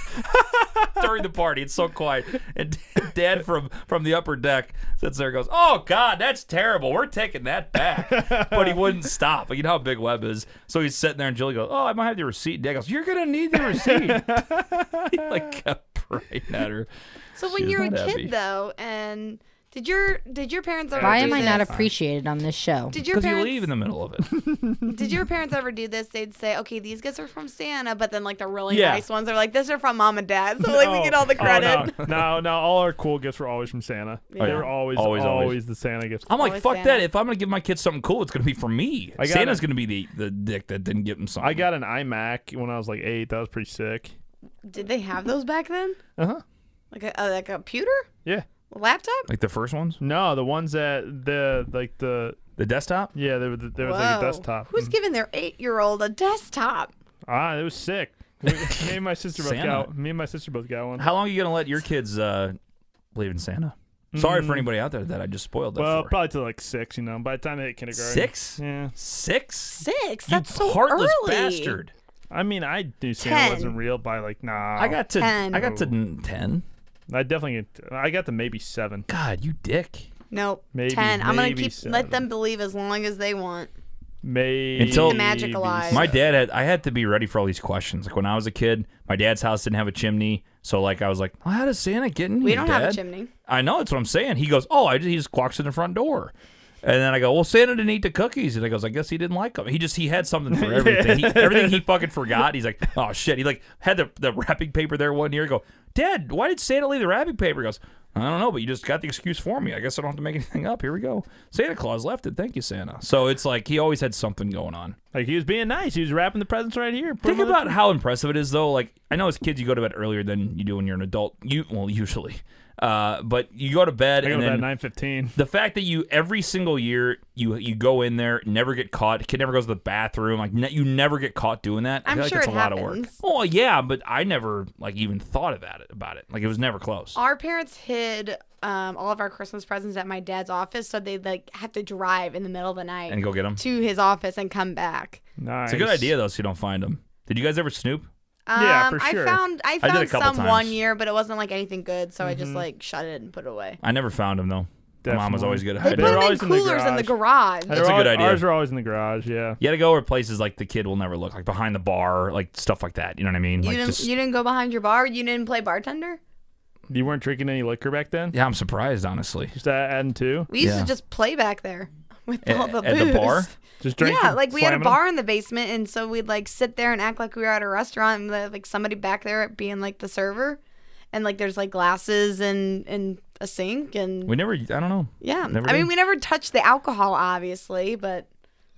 During the party, it's so quiet. And Dad from from the upper deck sits there and goes, "Oh God, that's terrible. We're taking that back." But he wouldn't stop. Like, you know how big Webb is. So he's sitting there, and Julie goes, "Oh, I might have the receipt." Dad goes, "You're gonna need the receipt." he like kept praying at her. so when She's you're a not kid happy. though, and did your did your parents ever? Why do am I not this? appreciated on this show? Did your Because you parents leave in the middle of it. did your parents ever do this? They'd say, "Okay, these gifts are from Santa," but then like the really Yeah. nice ones are like, "This are from mom and dad," so like we get all the Oh, credit. no. no, no, all our cool gifts were always from Santa. Yeah. They were always, Always, always, always. the Santa gifts. I'm like, Always fuck Santa. that. If I'm gonna give my kids something cool, it's gonna be for me. I got Santa's it. gonna be the, the dick that didn't give him something. I got an iMac when I was like eight. That was pretty sick. Did they have those back then? Uh Uh-huh. huh. Like a, uh, like a computer, Yeah. laptop? like the first ones, No, the ones that the like the the desktop. yeah there was there was Whoa. like a desktop. Who's Mhm. giving their eight-year-old a desktop? ah? It was sick. We- me and my sister both Santa. got me and my sister both got one. How long are you gonna let your kids uh, believe in Santa? Sorry for anybody out there that I just spoiled that Mm. well, for. probably till like six. You know, by the time they hit kindergarten. six, Yeah. six, Six. You That's so heartless early. bastard. I mean, I knew Santa Ten. wasn't real by like nah. I got to, Ten. I got to n- ten. I definitely. I got to maybe seven. God, you dick. Nope. Maybe- Ten. I'm gonna maybe keep let them seven. believe as long as they want. Maybe Until- The magic alive. My dad had I had to be ready for all these questions. Like when I was a kid, my dad's house didn't have a chimney, so like I was like, well, "How does Santa get in here?" We don't have a Dad?" chimney. I know that's what I'm saying. He goes, "Oh, I just, he just walks in the front door." And then I go, "Well, Santa didn't eat the cookies." And I goes, "I guess he didn't like them. He just he had something for everything. He, everything he fucking forgot." He's like, "Oh shit." He like had the, the wrapping paper there one year. I go, "Dad, why did Santa leave the wrapping paper?" He goes, "I don't know, but you just got the excuse for me. I guess I don't have to make anything up. Here we go. Santa Claus left it. Thank you, Santa." So it's like he always had something going on. like he was being nice. He was wrapping the presents right here. Put Think 'em on the about how impressive it is, though. Like I know as kids, you go to bed earlier than you do when you're an adult. You well, usually, uh, but you go to bed I go and to bed then at nine fifteen. the fact that you every single year you you go in there, never get caught. Kid never goes to the bathroom. Like ne- you never get caught doing that. I I'm feel like sure it's it a lot of work. happens. Well, yeah, but I never like even thought of that about it. Like it was never close. Our parents hid um, all of our Christmas presents at my dad's office, so they like have to drive in the middle of the night And go get them. to his office and come back. Nice. It's a good idea though, so you don't find them. Did you guys ever snoop? Um, Yeah, for I sure. found I did a found couple some one times. year, but it wasn't like anything good, so I just like shut it and put it away. I never found them though. My mom was Definitely. always good at They They put hiding. them were in always in the coolers in the garage. They're That's a al- good idea. Ours are always in the garage. Yeah. You had to go where places like the kid will never look, like behind the bar, like stuff like that. You know what I mean? You Like didn't just, you didn't go behind your bar. You didn't play bartender. You weren't drinking any liquor back then. yeah, I'm surprised honestly. Just a- adding two. We used Yeah. to just play back there with At, all the at booze. the bar, Just drinking. yeah, like we had a slamming 'em. bar in the basement, and so we'd like sit there and act like we were at a restaurant, and the, like somebody back there being like the server, and like there's like glasses and and a sink and we never. I don't know. yeah. never I mean, did. we never touched the alcohol, obviously, but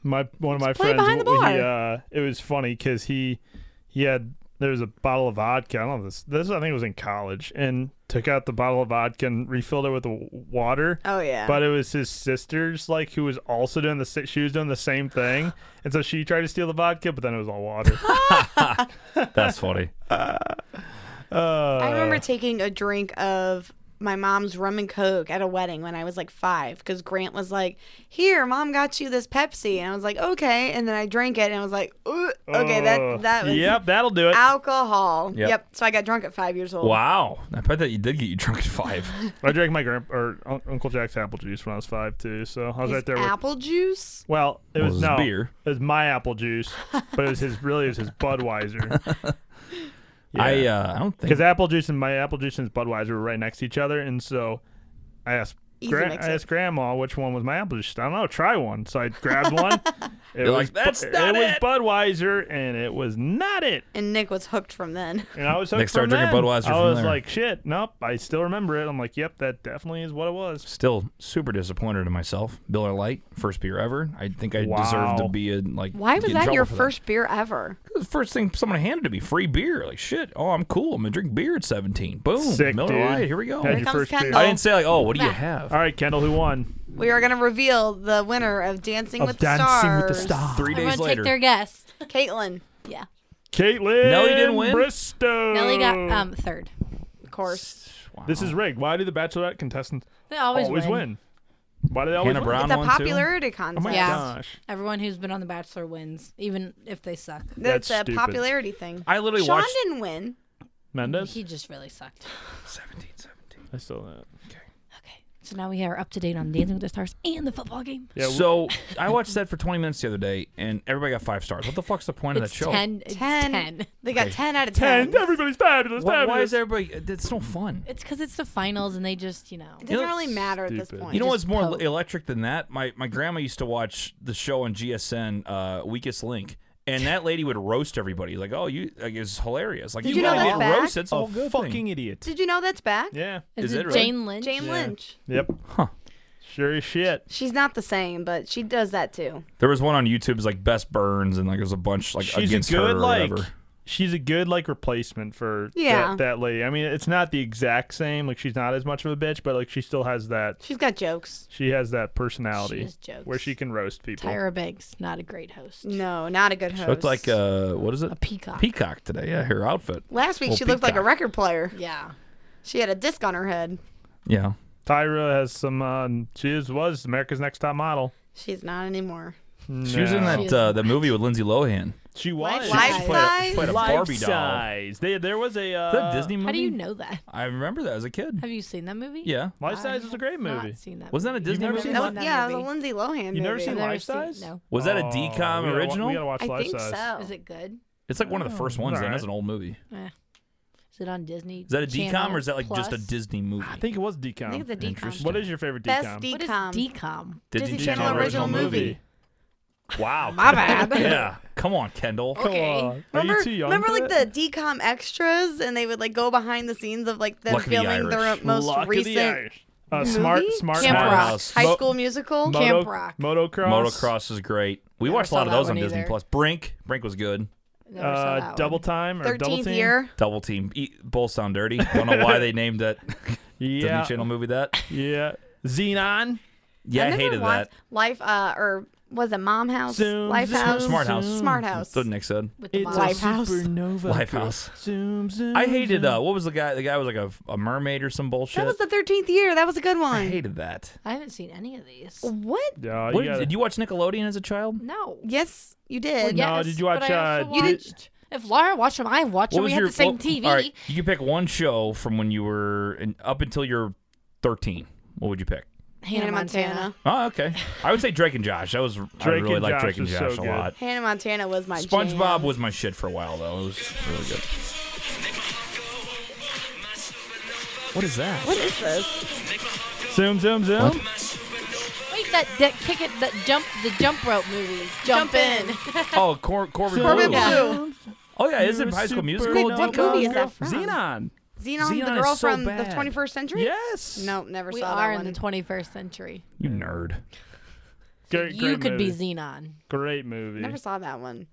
my one of my play friends behind the w- bar. he uh it was funny because he he had there was a bottle of vodka i don't know this this i think was in college and took out the bottle of vodka and refilled it with the w- water oh yeah. but it was his sister's like who was also doing the sa- she was doing the same thing and so she tried to steal the vodka but then it was all water That's funny. uh, I remember taking a drink of my mom's rum and coke at a wedding when I was like five because Grant was like, "Here, mom got you this Pepsi," and I was like, "Okay," and then I drank it and I was like, Ooh, "Okay, Oh. that that was yep that'll do it alcohol." Yep. Yep. So I got drunk at five years old. Wow. I bet that you did get you drunk at five. i drank my grand or Un- uncle jack's apple juice when i was five too so i was His right there with apple juice. Well, it Well, was, it was no beer. It was my apple juice, but it was his. Really, it was his Budweiser. I uh, I don't think because apple juice and my apple juice and his Budweiser were right next to each other, and so I asked. Easy gra- mix I it. asked Grandma which one was my apple juice. I don't know. Try one. So I grabbed one. It You're like, Bu- "That's not was it." Budweiser, and it was not it. And Nick was hooked from then. And I was hooked Nick started from drinking then. Budweiser I from was there. like, shit. Nope. I still remember it. I'm like, yep. That definitely is what it was. Still super disappointed in myself. Miller Lite, first beer ever. I think I deserve to Wow. be a like. Why get was in that trouble your for first beer ever? That. The first thing someone handed to me, free beer. Like shit. Oh, I'm cool. I'm gonna drink beer at 17. Boom. Sick, Miller dude. Lite. Here we go. Had Here your comes first beer. Kendall. I didn't say like, oh, what do you have? All right, Kendall, who won? We are going to reveal the winner of Dancing Of with Dancing with the the Stars. Stars. Three Everyone days take later. their guess. Caitlin, Yeah. Caitlin. Nelly didn't win? Bristow. Nelly got um third. of course. Wow. This is rigged. Why do the Bachelorette contestants They always, always win. win? Why do they always Hannah win? Oh Brown It's a won popularity contest. Yeah. Gosh. Everyone who's been on The Bachelor wins, even if they suck. That's, That's a stupid. popularity thing. too. I literally Sean watched didn't win. Mendez. He just really sucked. 17, 17. I still that. Okay. So now we are up to date on Dancing with the Stars and the football game. Yeah. w- so I watched that for 20 minutes the other day, and everybody got five stars. What the fuck's the point it's of that show? 10. It's 10. They got Okay. 10 out of 10. and everybody's fabulous. Why, why fabulous. is everybody? It's no fun. It's because it's the finals and they just, you know. It doesn't You know- really matter at this Stupid. point. You know what's just more poke. electric than that? My my grandma used to watch the show on GSN, uh, Weakest Link, and that lady would roast everybody. Like, oh, you like it's hilarious. Like Did you, you know really that's get back? roasted. Oh, It's a whole good fucking thing. idiot. Did you know that's back? Yeah. Is, Is it, it really? Jane Lynch? Jane Lynch. Yep. Huh. Sure as shit. She's not the same, but she does that too. There was one on YouTube, it's like Best Burns, and like there's a bunch like She's a against her good or like. whatever. She's a good like replacement for Yeah. that, that lady. I mean, it's not the exact same. Like she's not as much of a bitch, but like she still has that. She's got jokes. She has that personality She has jokes. where she can roast people. Tyra Banks, not a great host. No, not a good host. She looked like uh, what is it? A peacock. Peacock today. Yeah, her outfit. Last week Well, she looked like a peacock. record player. Yeah. She had a disc on her head. Yeah. Tyra has some. Uh, she is was America's Next Top Model. She's not anymore. She was in No. that uh, that movie with Lindsay Lohan. She was. Life She size? played a, played a Life Barbie doll. size. They, there was a uh, Is that a Disney movie? How do you know that? I remember that as a kid. Have you seen that movie? Yeah. Life Size is a great Not movie. seen that. Wasn't that a movie. Disney never movie? seen That Love was, that yeah, it was movie. a Lindsay Lohan movie. You never seen Never Life seen- Size? no. Was that a Oh, DCOM we gotta wa- Oh, original? we gotta watch I Life think Size. so. Is it good? It's like one of the first ones. alright. Then That's an old movie. Is it on Disney? Is that a DCOM Channel or is that like just a Plus? Disney movie? I think it was I think it's DCOM. a decom. Interesting. What is your favorite Best DCOM? What is decom. DCOM? Disney Channel original movie. Wow. My Kendall. bad. yeah. Come on, Kendall. Come Okay. on. Are Remember, you too young remember for like that? the decom extras, and they would like go behind the scenes of like them Luck of the filming their Irish. most Luck of the recent Irish. uh, smart, movie? smart, Camp Smart House. Rock. House. High Mo- School Musical. Moto- Camp Rock. Motocross. Motocross is great. We Never watched a lot saw of that those on one Disney either. Plus. Brink. Brink was good. Never saw that Uh, one. double time or double Thirteenth team? year. Double Team. E- both sound dirty. Don't know why they named that Yeah, Disney Channel movie that. yeah. Xenon. Yeah, I, never hated watched that. Life, uh, or was it Mom House? Zoom, Life zoom, House. Smart House. Smart House. That's what Nick said. With the It's mom. Life a House. supernova. Life girl. House. Zoom, zoom. I hated. zoom. Uh, what was the guy? The guy was like a, a mermaid or some bullshit. That was the thirteenth year. That was a good one. I hated that. I haven't seen any of these. Oh. What? Yeah, Uh, you What- gotta- did you watch Nickelodeon as a child? No. Yes, you Well, did. No, yes, did you but watch, I also uh, you did- watched- If Laura watched them, I watched What them. was We had your the same what- TV. all right, you could pick one show from when you were in, up until you're 13. What would you pick? Hannah Montana. Oh, okay. I would say Drake and Josh. That was I Drake really and like Josh Drake and was so Josh a good. lot. Hannah Montana was my SpongeBob jam. was my shit for a while though. It was really good. What is that? What is this? zoom, zoom, zoom? Wait, that, that kick it, that jump, the jump rope movie. Jump, Jump in. Oh, Cor- Corbin, Corbin Blue. Blue. Oh yeah, is it High School Musical? Nick, what Didn't- movie is that from? Xenon. Xenon, Xenon the is girl so from the bad. 21st century? Yes. No, never We saw are that in one. the 21st century. You nerd. Great, you great could movie. be Xenon. Great movie. never saw that one.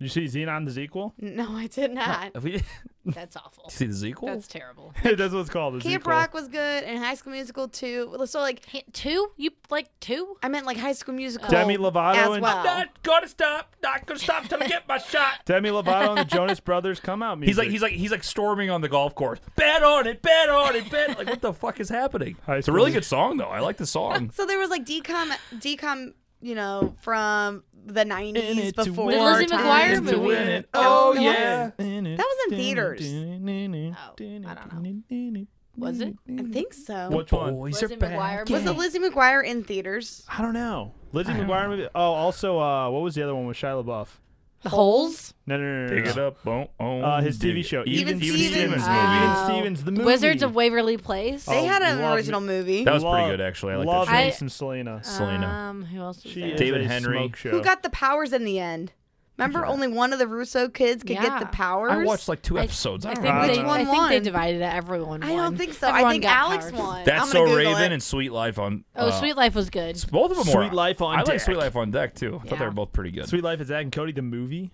You see Xenon the sequel? No, I did not. Have we That's awful. see the sequel? That's terrible. That's what it's called. a Camp sequel. Rock was good, and High School Musical too. So like, Hey, Two? You like two? I meant like High School Musical. Demi Lovato as and- well. Not gonna stop. Not gonna stop till I get my shot. Demi Lovato and the Jonas Brothers come out music. He's like he's like he's like storming on the golf course. Bet on it, bet on it, bet. Like what the fuck is happening? High It's a school really music- good song though. I like the song. So there was like decom, decom, you know, from the In nineties it to before. win our it. The Lizzie time. McGuire movie. Oh That yeah. That was in theaters. Oh, I don't know. Was it? I think so. Which one? Boys Lizzie are back. McGuire Was the Lizzie McGuire in theaters? I don't know. Lizzie McGuire movie. Oh, also, uh, what was the other one with Shia LaBeouf? The holes? No, no, no, no, Pick it no. up. Oh, oh, Uh, his dig TV it. show, Even, Even Even Stevens. Stevens Wow. movie. Even Stevens the movie. Wizards of Waverly Place. They Oh, had an love original movie. That was pretty Love- good, actually. I like Love that show. I- me some Selena. Selena. Um, who else was She there? is David a Henry. smoke show. Who got the powers in the end? Remember, only one of the Russo kids could get the Yeah. I powers. I watched like two I- episodes. I, I don't think, know. they, Which one I think they won? divided it. Everyone I won. don't think so. I Everyone think got Alex powers. won. That's I'm so gonna Google Raven it. and Sweet Life on. Oh, uh, Sweet Life was good. Both of them were. Sweet Life on I like Deck. Sweet Life on Deck too. I thought they Yeah. were both pretty good. Sweet Life is Zach and Cody the movie.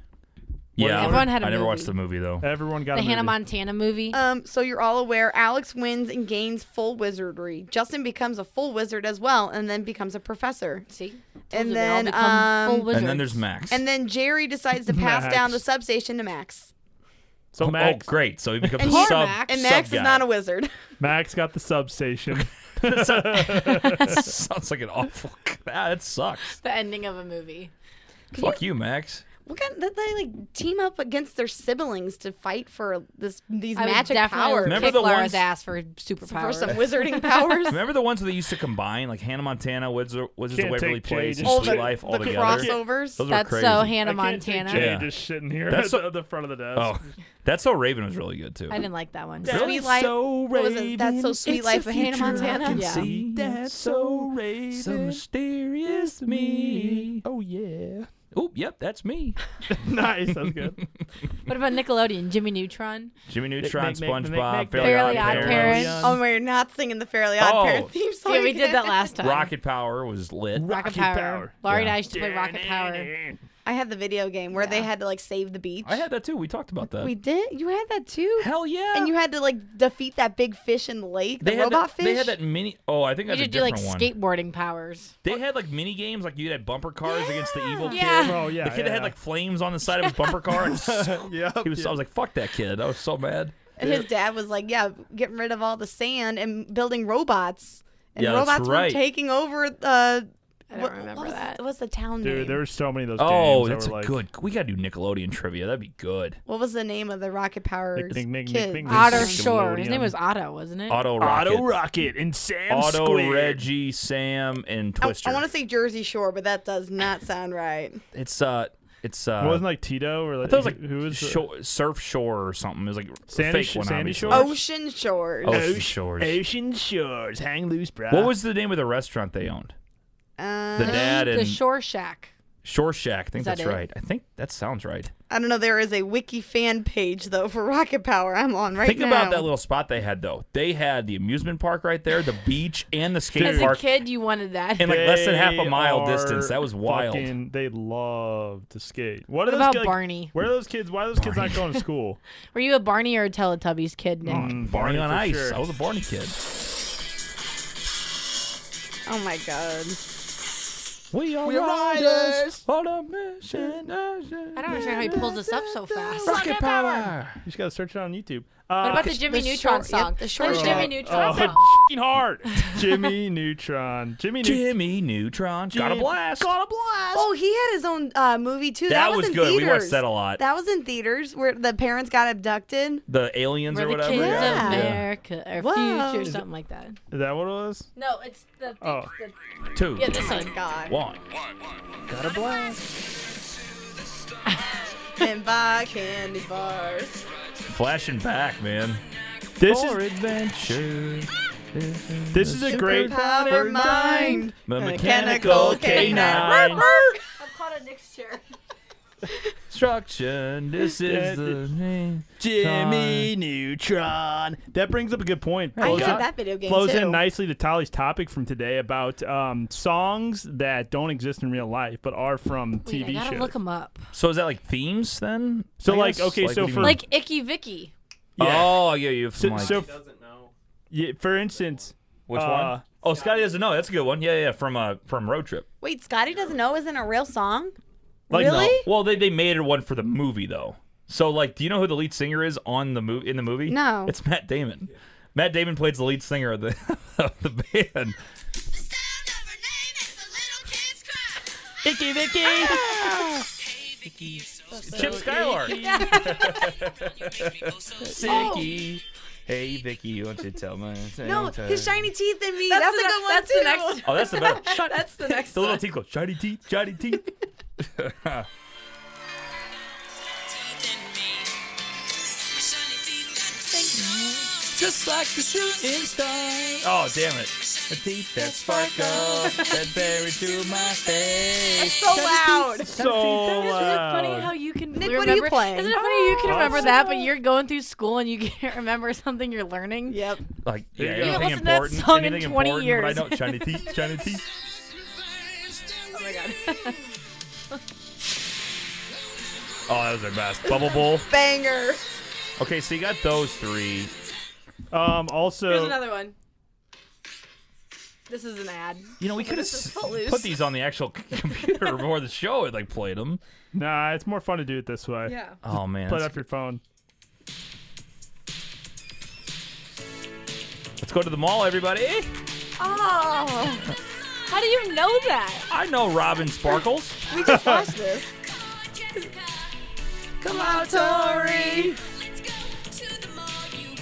yeah, Everyone had a I never movie. watched the movie though. Everyone got The a Hannah movie. Montana movie. Um, so you're all aware, Alex wins and gains full wizardry. Justin becomes a full wizard as well, and then becomes a professor. See, and Told you they all then, become full um, And then wizards. there's Max. And then Jerry decides to pass Max. down the substation to Max. So oh, Max, oh, great. So he becomes And, a he- sub. and Max is not a wizard. Max got the substation. Sounds like an awful. Ah, that sucks. the ending of a movie. Fuck you, Max. What kind did they like team up against their siblings to fight for this these I would magic definitely powers? Remember kick the Laura's ones- ass for superpowers. for some wizarding powers. Remember the ones where they used to combine like Hannah Montana, Wizard, Wizards of Can't Waverly take Place, Jade and and Sweet Sweet Life all the together? crossovers. Those were That's crazy. so Hannah I can't take Montana. Jay Yeah. just sitting here That's at so- the, the front of the desk. Oh, that's so Raven was really good too. I didn't like that one. That's Sweet Life- So what was it? That's so sweet life of Hannah Montana. Yeah. see. That's so Raven. mysterious me. Oh yeah. Oh, yep, that's me. nice. That's good. What about Nickelodeon? Jimmy Neutron. Jimmy Neutron, make- make- make- SpongeBob, make- Fairly Fairly Odd Odd Parents. Parents. Oh, we're not singing the Fairly Odd Um, Oh. Parents theme song. Yeah, we did that last time. Rocket Power was lit. Rocket, Rocket Power. Power. Laurie Yeah. and I used to play Rocket Power. I had the video game where they Yeah. had to like save the beach. I had that too. We talked about that. We did. You had that too. Hell yeah. And you had to like defeat that big fish in the lake, the they had robot that, fish. They had that mini. Oh, I think You that's a should do like different one. skateboarding powers. They had like mini games, like you had bumper cars against the evil kid. Yeah. Oh yeah. The kid that had like flames on the side of his bumper car. And he was. I was like, "Fuck that kid!" I was so mad. and his dad was like, "Yeah, getting rid of all the sand and building robots." And Yeah, that's robots right. were taking over the. I don't what, remember what was, that. What's the town name? Dude, there were so many of those. Oh, games that's that a were, like, good. We gotta do Nickelodeon trivia. That'd be good. What was the name of the rocket powered Nick, Nick, Nick, kids? Nick, Nick. Otter Nickelodeon. Shore. His name was Otto, wasn't it? Auto Rocket. Auto Rocket and Sam Auto Squid. Reggie, Sam, and I, Twister. I want to say Jersey Shore, but that does not sound right. It's uh, it's uh. It wasn't like Tito or I like, thought it was like who who was the- Shore- Surf Shore or something. It was like a Sandy fake Sh- one. Sandy obviously. Shore? Oh, Ocean Oh, Shores. Ocean Shores. Ocean Shores. Hang loose, bro. What was the name of the restaurant they owned? The Uh, dad Mm-hmm. the and Shore Shack. Shore Shack. I think Is that that's it? right. I think that sounds right. I don't know. There is a wiki fan page though for Rocket Power. I'm on right Think now. about that little spot they had though. They had the amusement park right there, the beach, and the skate As a park. kid, you wanted that. And, like, less than half a They mile are distance. That was wild. fucking- they love to skate. What, are What those about kids- like, Barney? Where are those kids? Why are those kids not going to school? Were you a Barney or a Teletubbies kid, Nick? Mm, Barney on for Ice. sure. I was a Barney kid. Oh my god. We are We are riders, riders. on a mission. I I don't understand how he pulls this up so fast. What Rocket power. You just gotta search it on YouTube. Uh, about the Jimmy the Neutron shore- yep, song? the shore Play shack. Jimmy Neutron oh, song. fucking hard. Jimmy Neutron. Jimmy Neutron. Jimmy Neutron. Got a Jim- blast. Got a blast. Oh, he had his own uh, movie too. That That, was in good. We Theaters. watched that a lot. That was in theaters where the parents got abducted. The aliens We're or the whatever. kids Yeah. of America or Whoa. future, something like that. Is that what it was? No, it's the. Oh. Two. yeah, this one. Oh, God. One. Got a blast. and buy candy bars. Flashing back, man. This For is adventure. this is a great. Power mind. The mechanical mechanical canine. canine. I'm caught a Nick's chair. Construction. This is the name. Jimmy Oh. Neutron. That brings up a good point. I Flows had in- that video game flows too. in nicely to Tali's topic from today about um, songs that don't exist in real life but are from Wait, I TV gotta shows. look him up. So is that like themes then? So, I like, guess? okay, so what do you for- mean? Like Icky Vicky. Yeah. oh, I get you. From so, like, so f- Doesn't know. yeah, for instance, which uh, one? Oh, Scotty doesn't know. That's a good one. Yeah, yeah. From uh, from road trip. Wait, Scotty doesn't know isn't a real song? Like, really? Well, they they made one for the movie though. So like, do you know who the lead singer is on the movie in the movie? No. it's Matt Damon. Matt Damon plays the lead singer of the of the band. Icky Vicky. Chip Skylark. Sicky. Hey Vicky, won't you tell me? No, his shiny teeth and me. That's, That's a the good ne- one that's too. the next- Oh, that's the better. Shut That's the next The little one. teeth go, shiny teeth, shiny teeth. just like the shooting star. Oh, damn it. The teeth that sparkle, that bury through my face. so loud. So Isn't it funny uh, loud. how you can Nick, remember? what are you playing? Isn't it funny you can Oh, remember that, but you're going through school and you can't remember something you're learning? Yep. Like, yeah, You anything haven't listened to that important, song in anything 20 important, years. But I don't. Shiny teeth, shiny teeth. Oh my god. Oh, that was their best. Bubble bowl. Banger. Okay, so you got those three. um, Here's also, another one. This is an ad. You know, we could have is Footloose. put these on the actual c- computer before the show and like played them. nah, it's more fun to do it this way. Yeah. Oh man, Play it that's- off your phone. let's go to the mall, everybody. Oh. How do you know that? I know Robin Sparkles. We just watched this. Come on, Tori.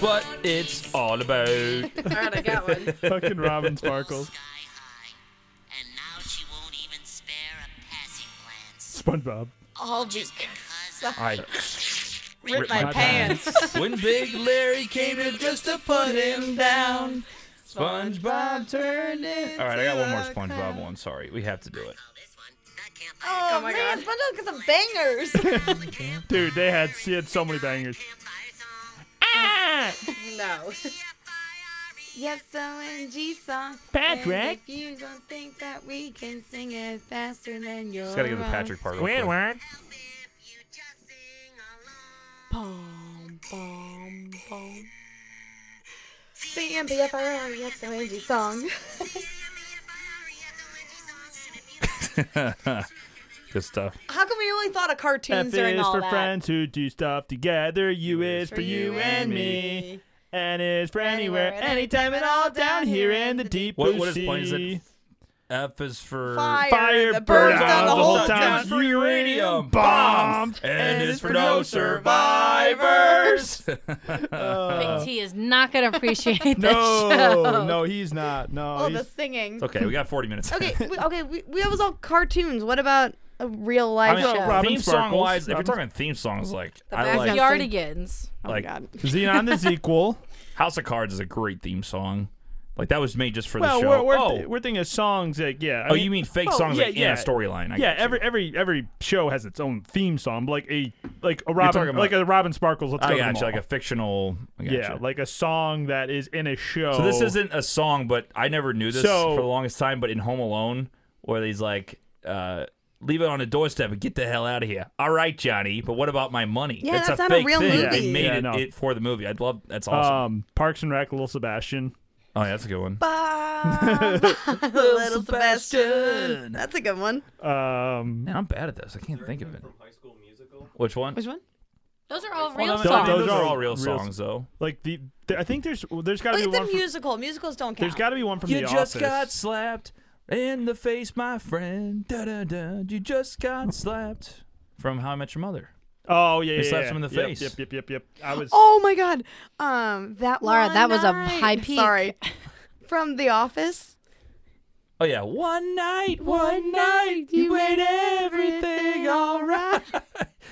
But it's all about. All right, I got one. Fucking Robin Sparkles. and now she won't even spare a passing glance. SpongeBob. All because I Rip my pants. when Big Larry came to just to put him down. SpongeBob turned it. All right, I got one more SpongeBob one. Sorry, we have to do it. this one, I can't buy Oh, my man, God. SpongeBob got some bangers. Dude, they had she had so many bangers. No. yes, OMG song. Patrick. if you don't think that we can sing it faster than you're Just gotta get the Patrick part. real quick. Squidward. Bum, bum, bum. CMBFRR, yes, OMG song. Good stuff. How come we only thought of F cartoons during is all for that? friends who do stuff together. U is for you and me. And is for anywhere, anytime and all down here in the deep What- blue what is sea. planes that- F is for Oh, Fire, Fire the birds burns down the whole town. town. for uranium bombs, and is for no survivors. Uh, Big T is not going to appreciate this No, no, he's not. No, Oh, the he's, singing. okay, we got 40 minutes. Okay, we, okay, we, we, that was all cartoons. What about a real life I mean, show? Robin theme song Sparkles. wise, if you're Robin- talking theme songs, like I like Backyardigans. oh my like- god. Xenon the sequel. House of Cards is a great theme song. Like that was made just for well, the show. we're, we're, oh, we're thinking of songs like yeah. I oh, you mean fake oh, songs yeah, like yeah. in a storyline? I yeah, got you. every every every show has its own theme song, but like a like a Robin talking about- like a Robin Sparkles. Let's I go got to you. the Like Mall. a fictional. I got yeah, you. like a song that is in a show. so this isn't a song, but I never knew this So- for the longest time. But in Home Alone, where he's like, uh, "Leave it on the doorstep and get the hell out of here." All right, Johnny. But what about my money? Yeah, that's that's a not a fake real thing. movie. They made Yeah, it, no. it for the movie. I'd love. That's awesome. um Parks and Rec, Little Sebastian. oh, yeah, that's a good one. Bye, little Sebastian. That's a good one. Um, Man, I'm bad at this. I can't think of it. Which one? Which one? Those are all real no, Those, Those- songs. no, those are all real real- songs, though. like the, the I think there's there's got to Wait, be it's a one. From, musical. Musicals don't count. there's got to be one from You the just Office. got slapped in the face, my friend. Da da da. You just got slapped from How I Met Your Mother. oh yeah, yeah, They slapped yeah. him in the Yep, face. Yep, yep, yep, yep. I was. Oh my god. Um that Laura, one that was a night- high peak. Sorry. From The Office. Oh yeah, one night, one night, you made everything alright.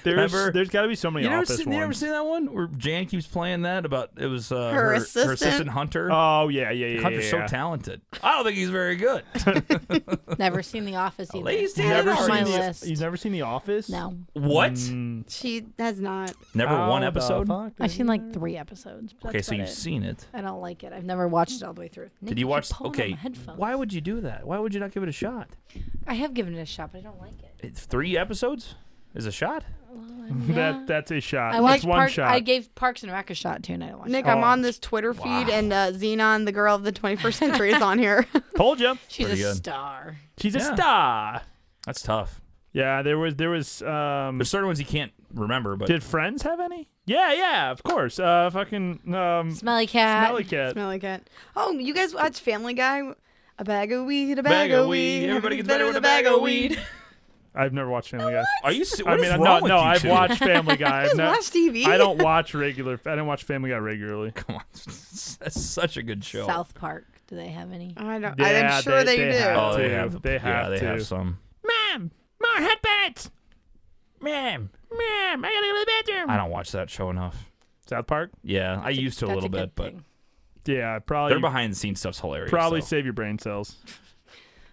There's Remember- there's got to be so many You ever Office seen? ones. You ever seen that one where Jan keeps playing that about it was uh, Her her assistant? assistant Hunter. oh yeah, yeah, yeah. Hunter's yeah, so yeah. talented. I don't think he's very good. Never seen The Office either. least he Never had on my it. list. You've never seen The Office? No. what? Mm. She has not. Never How one the episode. fuck I've did- seen like three episodes. but Okay, that's so about you've it. seen it. I don't like it. I've never watched it all the way through. Nick, Did you keep watch? pulling on Okay, my headphones. why would you do that? Why would you not give it a shot? I have given it a shot, but I don't like it. It's three episodes is a shot. That that's a shot. I that's watched one Park- shot. I gave Parks and Rec a shot too, and I don't watch. Nick, it. I'm on this Twitter feed and uh, Xenon, the girl of the 21st century, is on here. Told you, she's a pretty good. star. she's a Yeah. star. That's tough. Yeah, there was there was um. There's certain ones you can't remember, but Did Friends have any? Yeah, yeah, of course. Uh, fucking um, Smelly cat. Smelly Cat. Smelly cat. Oh, you guys watch Family Guy? A bag of weed, a bag, Bag of of weed. weed. Everybody everything's gets better with a bag of weed. I've never watched Family Guy. are you? se- I What mean, is I'm wrong not- with no, you I've two? watched Family Guy. I've Just not- watch TV. I don't watch regular. I don't watch Family Guy regularly. Come on, that's such a good show. South Park. Do they have any? I don't. Yeah, I'm sure they- they, they do. have. oh, they too. have. They yeah, have they to. have some. Ma'am, more headbutts. Ma'am, ma'am, I gotta go to the bathroom. I don't watch that show enough. South Park. Yeah, I used to a That's little bit, good but thing. Yeah, probably. Their behind the scenes stuff's hilarious. Probably though. save your brain cells.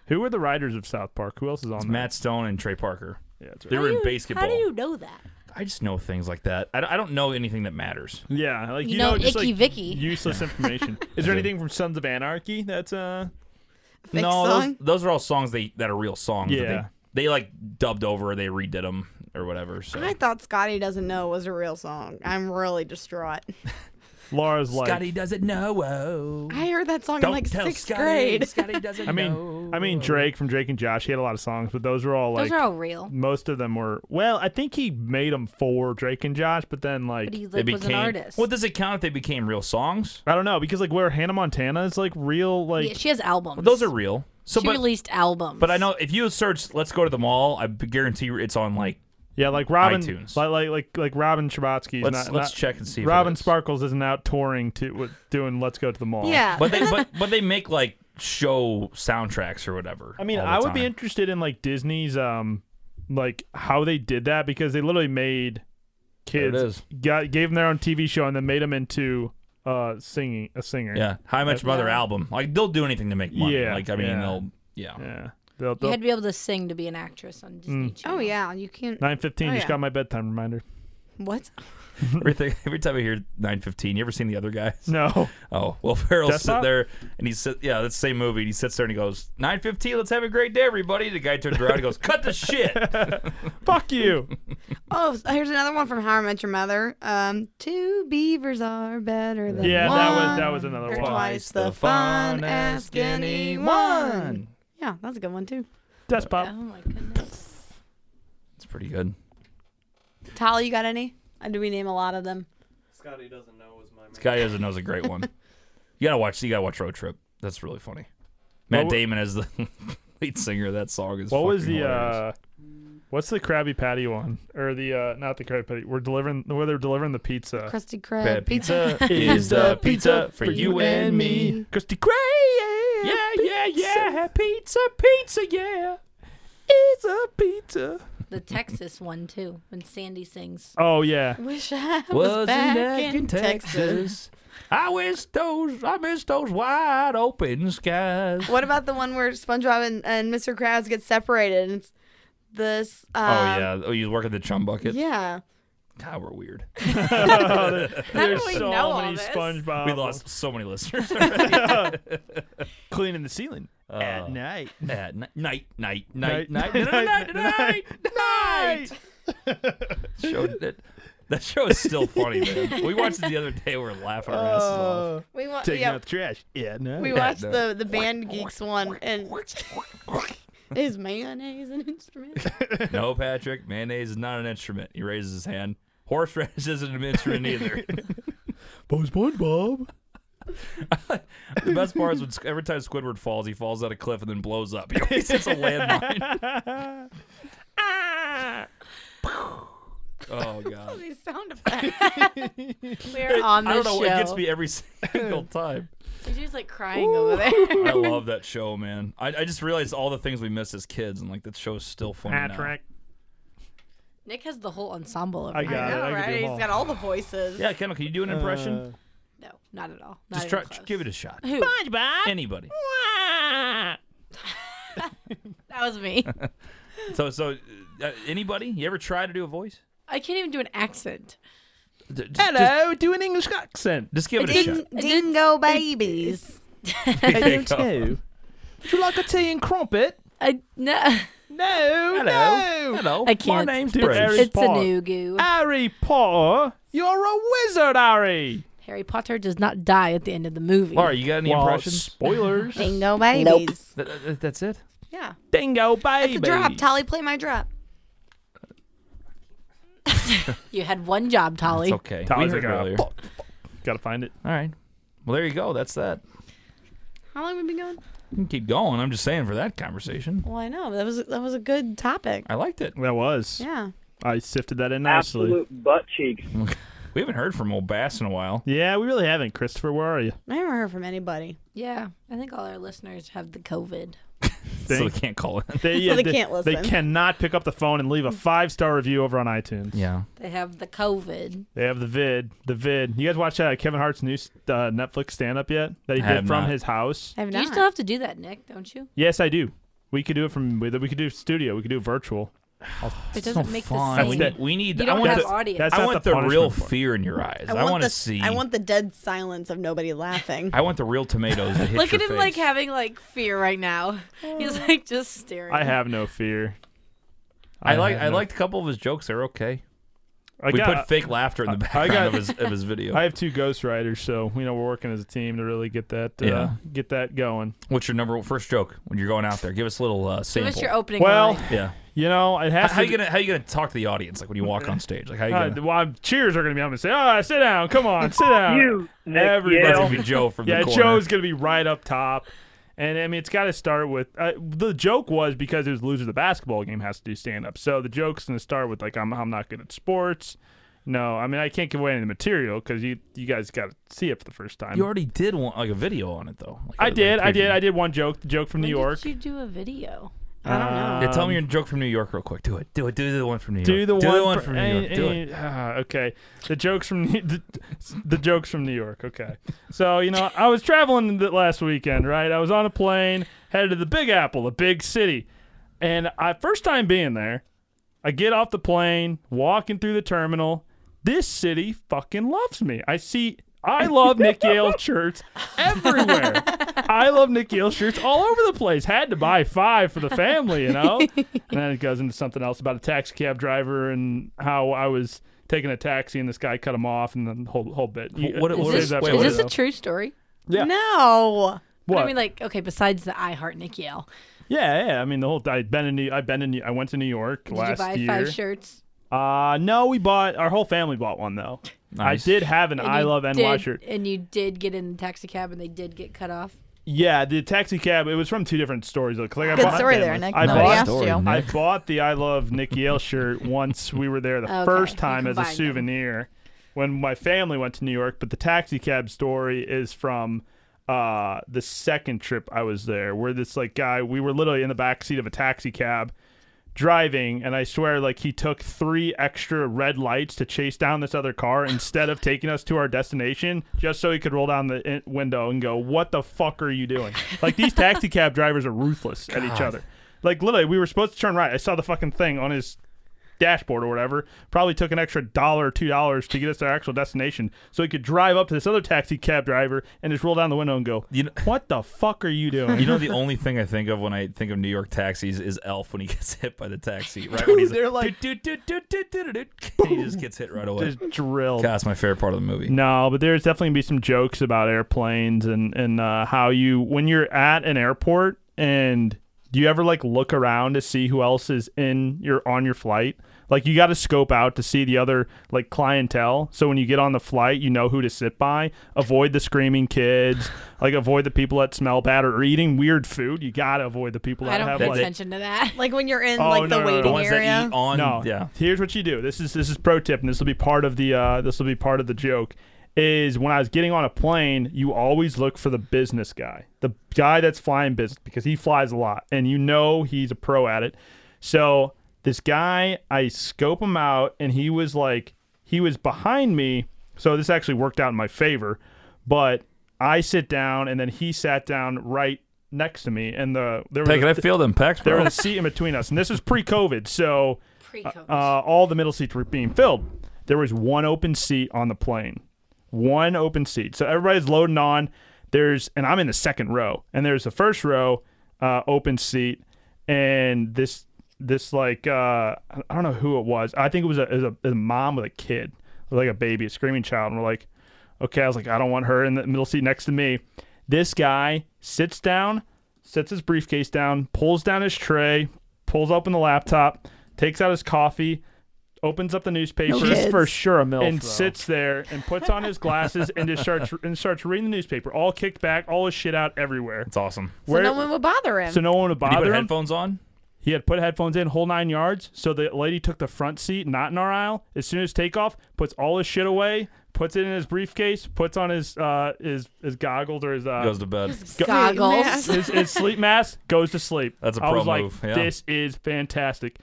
Who are the writers of South Park? Who else is on that? Matt Stone and Trey Parker. Yeah, that's right. They How were do in you- basketball. How do you know that? I just know things like that. I don't, I don't know anything that matters. Yeah, like You you, know just Icky like Vicky. useless information. Is there anything from Sons of Anarchy that's uh? Fake no, song. those those are all songs they that are real songs. that Yeah. they, they like dubbed over, they redid them or whatever. So I thought Scotty doesn't know was a real song. I'm really distraught. Laura's like. Scotty doesn't know. oh. I heard that song Don't in like tell sixth Scotty. grade. Scotty doesn't I mean, know. I mean Drake from Drake and Josh. He had a lot of songs, but those were all like Those are all real. most of them were. Well, I think he made them for Drake and Josh, but then like But he They like, was an artist. What does it count if they became real songs? I don't know because like where Hannah Montana is like real like yeah, she has albums. Well, those are real. So, she but, released albums. but I know if you search "Let's go to the mall," I guarantee you it's on like yeah like Robin iTunes. like like like, like Robin Shabatsky's Let's- not, let's not- check and see if it Robin is. Sparkles isn't out touring to with, doing Let's Go to the Mall. yeah. but they but but they make like show soundtracks or whatever. I mean, all the I would be time. interested in like Disney's um like how they did that because they literally made it kids is. got gave them their own TV show and then made them into uh singing a singer. yeah. How much mother album? Like they'll do anything to make money. Yeah, Like I mean, yeah. they'll yeah. Yeah. They'll, you they'll, had to be able to sing to be an actress on Mm. Disney Channel. oh yeah, you can't. 9:15 Oh, just yeah. got my bedtime reminder. What? Every, thing- every time I hear nine fifteen, you ever seen the other guys? No. Oh, Will Ferrell sit Desktop? there and he said, "Yeah, that's the same movie." And he sits there and he goes, 9.15, let's have a great day, everybody." The guy turns around and goes, "Cut the shit." Fuck you. Oh, so here's another one from How I Met Your Mother. Um, two beavers are better than Yeah, one. that was that was another Or one. twice the fun. Ask anyone. Yeah, that's a good one too. Desk Oh pop. my goodness. It's pretty good. Tal, you got any? Uh, Do we name a lot of them? Scotty doesn't know is my man. Guy doesn't know is a great one. You gotta watch. You gotta watch Road Trip. That's really funny. Matt What wa- Damon as the lead singer of that song is. What was fucking the hilarious. uh What's the Krabby Patty one? Or the uh not the Krabby Patty. We're delivering where they're delivering the pizza. Krusty Krab Bad pizza. pizza is the pizza for you and me. Krusty Krab. Yeah, yeah, yeah. Pizza, pizza, yeah. It's a pizza. The Texas one too, when Sandy sings. Oh yeah. Wish I was, back, in, Texas. I wish those, I miss those wide open skies. What about the one where SpongeBob and, and Mr. Krabs get separated? And it's this. Um, oh yeah, oh, you work at the chum bucket. Yeah. God, we're weird. There's we so know all many this? SpongeBob. We lost so many listeners already. cleaning the ceiling Uh, at night. at ni- night, night, night, Night, night, night, night, night, night, night, night. Show that. That show is still funny, man. We watched it the other day. We were laughing our asses off. We wa- taking yeah, out the trash. Yeah, no. We watched no. the the band geeks one and is mayonnaise an instrument? No, Patrick, mayonnaise is not an instrument. He raises his hand. Horseradish isn't an instrument either. Bo SpongeBob. the best part is when, Squ- every time Squidward falls, he falls out a cliff and then blows up. He always hits a landmine. oh god. These sound effects. We're on I this don't know. show. It gets me every single time. She's just like crying over there. I love that show, man. I, I just realized all the things we missed as kids, and like that show's still funny. now. Patrick. Nick has the whole ensemble over I there. got I it. know, I right? can do He's got all the voices. Yeah, Kendall, can you do an impression? No, not at all. Not just try, even close. give it a shot. Who? Anybody. That was me. So, so uh, anybody? You ever try to do a voice? I can't even do an accent. D- d- Just, Hello, do an English accent. just give it a shot. Ding, dingo babies. There you go. Would you like a tea and crumpet? I no. No. Hello. Hello. I can't. My name's It's- Bruce. It's a Potter. new goo. Harry Potter, you're a wizard, Harry. Harry Potter does not die at the end of the movie. Laura, you got any Well, impressions? Spoilers. Dingo babies. Th- th- that's it. Yeah. Dingo baby. The drop, Tolly, play my drop. You had one job, Tolly. It's okay. Tyler's we heard like, uh, earlier. fuck, fuck. Gotta find it. All right. Well, there you go. That's that. How long have we been going? You can keep going. I'm just saying for that conversation. Well, I know that was that was a good topic. I liked it. That was. Yeah. I sifted that in nicely. butt cheeks. We haven't heard from old Bass in a while. Yeah, we really haven't. Christopher, where are you? I haven't heard from anybody. Yeah, I think all our listeners have the COVID. so thing. they can't call it. They, yeah, they can't listen. They cannot pick up the phone and leave a five star review over on iTunes. Yeah. They have the COVID. They have the vid, the vid. You guys watch uh, Kevin Hart's new uh, Netflix stand up yet? That he I did have from not. his house. I've You not. still have to do that, Nick, don't you? Yes, I do. We could do it from we could do studio. We could do virtual. It doesn't make Fine. the We same. That's need, we need You I don't want have the, audience. That's I not want the the, real punishment for it. fear in your eyes. I, want want the to see. I want the dead silence of nobody laughing. I want the real tomatoes to hit Look your at face. him like having like fear right now. He's like just staring. I have no fear. I like. have I no- liked a couple of his jokes. They're okay. I we got, put fake laughter in the I- I background got- of his of his video. I have two ghostwriters, so you know we're working as a team to really get that uh, Yeah. get that going. What's your number first joke when you're going out there? Give us a little uh, Give sample. us your opening Well, line. yeah. you know it How, has how to. you gonna how you gonna talk to the audience like when you walk on stage? Like how you uh, gonna? well, I'm- cheers are gonna be. I'm gonna say, ah, sit down. Come on, sit down. you, everybody. That's gonna be Joe from yeah, the corner. Joe's gonna be right up top. And I mean, it's got to start with uh, the joke was because it was loser the basketball game has to do stand up. So the joke's gonna start with like I'm I'm not good at sports. No, I mean I can't give away any of the material because you you guys got to see it for the first time. You already did one like a video on it though. Like, I a- did, like, I did, preview. I did one joke. The joke from New When York. Did you do a video? I don't know. Yeah, tell me your joke from New York real quick. Do it. Do it. Do the one from New York. Um, Do the one, fr- from New eh, York. Do eh, it. ah, okay, the jokes from New- the, the jokes from New York. Okay, so you know I was traveling the last weekend, right? I was on a plane headed to the Big Apple, a big city, and I first time being there. I get off the plane, walking through the terminal. This city fucking loves me. I see. I love Nick Yale shirts everywhere. I love Nick Yale shirts all over the place. Had to buy five for the family, you know? and then it goes into something else about a taxi cab driver and how I was taking a taxi and this guy cut him off and then the whole, whole bit. You- What- we'll what save is that wait, for is what this later, a true story? Yeah. No. though. What? I mean, like, okay, besides the I Heart Nick Yale, yeah, yeah. I mean, the whole I've been in. New, I've been in. I went to New York did last you buy year. five shirts? Uh, no, we bought. Our whole family bought one though. Nice. I did have an And I you love NY did- shirt. And you did get in the taxi cab, and they did get cut off. Yeah, the taxi cab. It was from two different stories. Like, I Good bought- story there, Nick. I Nobody bought- asked Story, you. Nick. I bought the I love Nick Yale shirt once we were there the Okay, first you time as a combined them. souvenir when my family went to New York, but the taxi cab story is from uh, the second trip I was there, where this like guy we were literally in the back seat of a taxi cab driving and I swear like he took three extra red lights to chase down this other car instead of taking us to our destination just so he could roll down the in- window and go what the fuck are you doing like these taxi cab drivers are ruthless at each other like literally we were supposed to turn right I saw the fucking thing on his dashboard or whatever probably took an extra dollar or two dollars to get us to our actual destination so he could drive up to this other taxi cab driver and just roll down the window and go You know- what the fuck are you doing You know the only thing I think of when I think of New York taxis is Elf when he gets hit by the taxi. Right when he's they're like- "Doot, doot, doot, doot, doot, doot, doot," he just gets hit right away. just drilled God, that's my favorite part of the movie. No, but there's definitely gonna be some jokes about airplanes and and uh, how you when you're at an airport and do you ever like look around to see who else is in your on your flight? Like you got to scope out to see the other like clientele. So when you get on the flight, you know who to sit by. Avoid the screaming kids. like avoid the people that smell bad or are eating weird food. You gotta avoid the people that I don't have pay That's like it. attention to that. Like when you're in Oh, like the no, no, no, waiting no. The ones that area. eat on, no. yeah. Here's what you do. This is this is pro tip, and this will be part of the uh, this will be part of the joke. Is when I was getting on a plane, you always look for the business guy, the guy that's flying business because he flies a lot, and you know he's a pro at it. So this guy, I scope him out, and he was like, he was behind me. So this actually worked out in my favor, but I sit down, and then he sat down right next to me, and the there was Hey, a- can I feel them pecs, there bro? was a seat in between us, and this is pre-COVID, so Pre-COVID. uh, all the middle seats were being filled. There was one open seat on the plane, one open seat. So everybody's loading on. There's and I'm in the second row, and there's the first row uh, open seat, and this this like uh, I don't know who it was. I think it was a, it was a, a mom with a kid, like a baby, a screaming child, and we're like, okay. I was like, I don't want her in the middle seat next to me. This guy sits down, sets his briefcase down, pulls down his tray, pulls open the laptop, takes out his coffee, opens up the newspaper, kids. She's for sure a milf. and though. sits there and puts on his glasses and just starts and starts reading the newspaper, all kicked back, all his shit out everywhere. It's awesome. So no one would bother him. so no one would Did he put bother him. headphones on? He had put headphones in, whole nine yards. So the lady took the front seat, not in our aisle. As soon as takeoff, puts all his shit away, puts it in his briefcase, puts on his uh, his his goggles or his uh, Goes to bed. Goggles. his, his sleep mask, goes to sleep. That's a I was pro like, move, yeah. this is fantastic.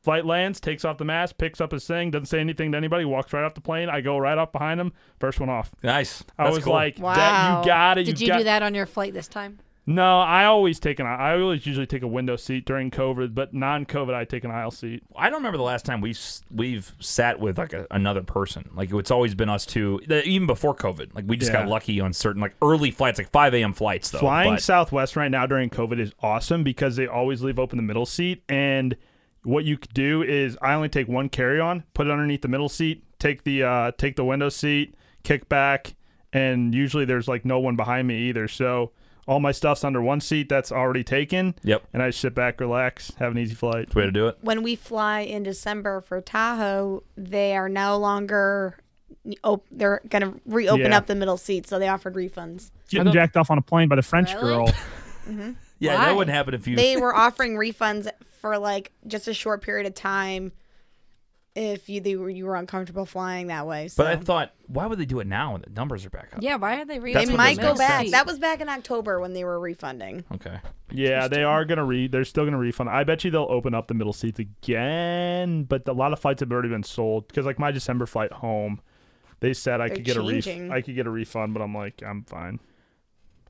Flight lands, takes off the mask, picks up his thing, doesn't say anything to anybody, walks right off the plane. I go right off behind him, first one off. Nice. I That's was cool. like, that, Wow. you got it. Did you, you got- do that on your flight this time? No, I always take an. I always usually take a window seat during COVID, but non-COVID, I take an aisle seat. I don't remember the last time we've s- we've sat with like a, another person. Like it's always been us two. the- Even before COVID, like we just got Yeah. lucky on certain like early flights, like 5 a.m. flights though. Flying but- Southwest right now during COVID is awesome because they always leave open the middle seat. And what you could do is I only take one carry on, put it underneath the middle seat, take the uh, take the window seat, kick back, and usually there's like no one behind me either. So all my stuff's under one seat that's already taken. Yep. And I just sit back, relax, have an easy flight. way to do it. when we fly in December for Tahoe, they are no longer. Op- they're gonna reopen Yeah. up the middle seat, so they offered refunds. Getting jacked off on a plane by the French Really? girl. Yeah, Why? that wouldn't happen if you. They were offering refunds for like just a short period of time if you they were, you were uncomfortable flying that way. So but I thought, why would they do it now when the numbers are back up? Yeah, why are they reading? That's they what might doesn't go make back. sense. That was back in October when they were refunding. Okay. Yeah, they are gonna re. They're still gonna refund. I bet you they'll open up the middle seats again, but a lot of flights have already been sold. Because like my December flight home, they said I They're could get a changing. ref- I could get a refund, but I'm like, I'm fine.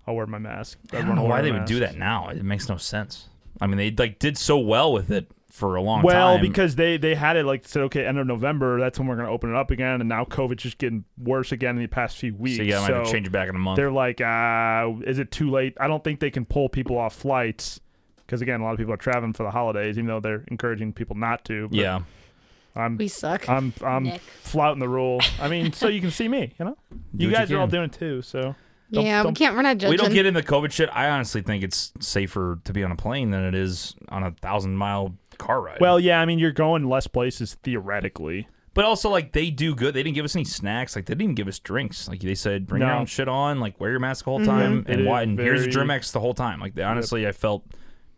I'll wear my mask. I don't know why they would do that now. It makes no sense. I mean, they like did so well with it for a long Well, time. because they they had it like said, okay, end of November. That's when we're gonna open it up again, and now COVID's just getting worse again in the past few weeks. so yeah, I might have to change it back in a month. they're like, uh, is it too late? I don't think they can pull people off flights. Because again, a lot of people are traveling for the holidays, even though they're encouraging people not to. but- yeah, I'm We suck. I'm I'm Nick. flouting the rule. I mean, so you can see me, you know. You what you guys are all can. doing it too, so don't- yeah, we don't- can't. We're not judging. we don't get into COVID shit. I honestly think it's safer to be on a plane than it is on a thousand mile car ride. Well, yeah, I mean, you're going less places theoretically. but also like they do good. They didn't give us any snacks. Like they didn't even give us drinks. Like they said, bring your No. own shit on. Like wear your mask the whole time. It And is why? And here's a very- Drimex the whole time. Like they, honestly, I felt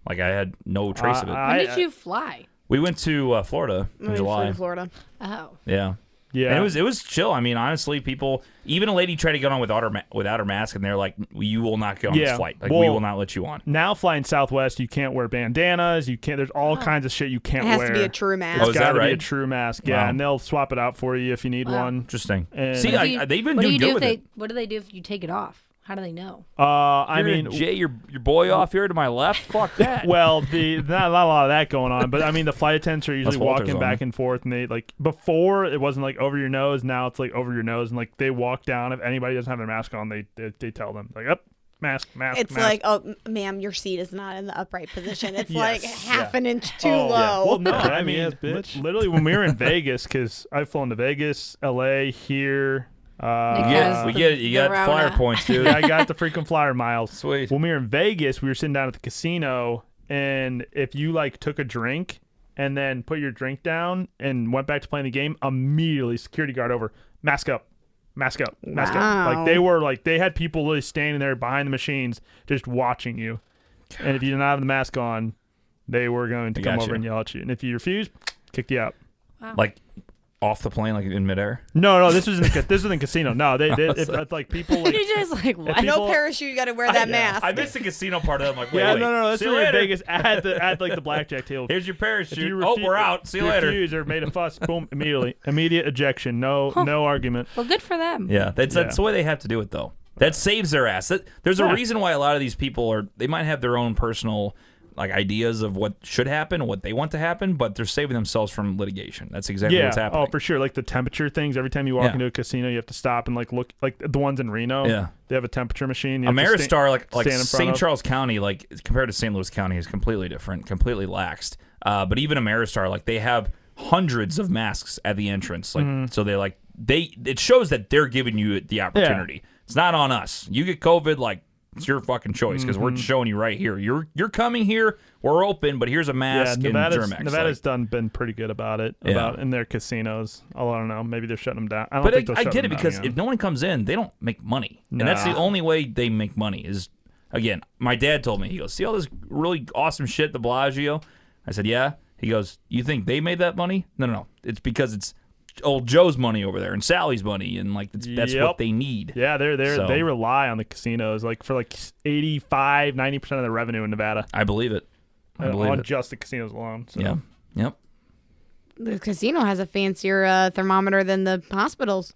like I had no trace of it. I- When did you fly? we went to uh, Florida in When we flew July. to Florida. Oh, Yeah. Yeah, And it was it was chill. I mean, honestly, people even a lady tried to get on without her ma- without her mask, and they're like, "You will not get on this Yeah. flight. Like, we Well- will not let you on." now flying Southwest. You can't wear bandanas. You can't. There's Oh. all kinds of shit you It can't has wear. to be a true mask. Oh, It's is that gotta be a right? true mask. Yeah, Wow. and they'll swap it out for you if you need Wow. one. Interesting. And- See, What I, If you- I- they've been what do doing you good do if with they? it. What do they do if you take it off? How do they know? Uh, I mean, Jay, your your boy off here to my left. Fuck that. well, the not, not a lot of that going on, but I mean, the flight attendants are usually That's Walter's walking on. back and forth, and they like before it wasn't like over your nose, now it's like over your nose, and like they walk down. If anybody doesn't have their mask on, they they, they tell them like, up mask, mask, It's mask." like, oh, m- ma'am, your seat is not in the upright position. It's like Yes. half an inch too Oh, low. yeah. Well, no, Grimy I mean, ass bitch. li- literally when we were in Vegas, because I've flown to Vegas, L.A., here. Uh, Nick yeah, has we the- get it. You the got flyer Rona. points, dude. yeah, I got the frequent flyer miles. Sweet. When we were in Vegas, we were sitting down at the casino, and if you like took a drink and then put your drink down and went back to playing the game, immediately security guard over, mask up, mask up, mask up. Wow. Like they were like they had people really standing there behind the machines just watching you, and if you didn't have the mask on, they were going to They come got over you. and yell at you, and if you refused, kicked you out. Like off the plane, like in midair. No, no, this was in the ca- this was in the casino. No, they, they if, if, like people like You're just like what? people- no parachute. You got to wear that mask. I missed the casino part of it. I'm like, wait, Yeah, wait. no, no, no. That's See you really later. Vegas at the at like the blackjack table. Here's your If parachute. you oh, refu- we're out. See you later. Refuse or made a fuss. Boom, immediately, immediate ejection. No, no argument. Well, good for them. Yeah, that's that's Yeah. the way they have to do it though. That saves their ass. That, there's a Yeah. reason why a lot of these people are. They might have their own personal like ideas of what should happen, what they want to happen, but they're saving themselves from litigation. That's exactly Yeah. what's happening. Oh, for sure. Like the temperature things. Every time you walk Yeah. into a casino, you have to stop and like look. Like the ones in Reno. Yeah. They have a temperature machine. you have to Ameristar, sta- like like stand in front St. of. Charles County, like compared to St. Louis County, is completely different, completely laxed. Uh, but even Ameristar, like they have hundreds of masks at the entrance, like Mm-hmm. so they like they it shows that they're giving you the opportunity. It's not on us. You get COVID, like it's your fucking choice because Mm-hmm. we're showing you right here. You're you're coming here. We're open, but here's a Yeah, mask Nevada's, and Germex. Nevada's like- done been pretty good about it Yeah. about in their casinos. Although I don't know, maybe they're shutting them down. I don't but think I, they'll I shut get it them down because again. if no one comes in, they don't make money, and that's the Nah. only way they make money is again. My dad told me he goes, "See all this really awesome shit, the Bellagio." I said, yeah. He goes, you think they made that money? No, no, no. It's because it's old Joe's money over there and Sally's money, and like it's, that's Yep. what they need. Yeah, they're they So- are they rely on the casinos like for like 85, 90 percent of the revenue in Nevada I believe it. I uh, believe on it. just the casinos alone. So. Yeah. Yep. The casino has a fancier uh, thermometer than the hospitals.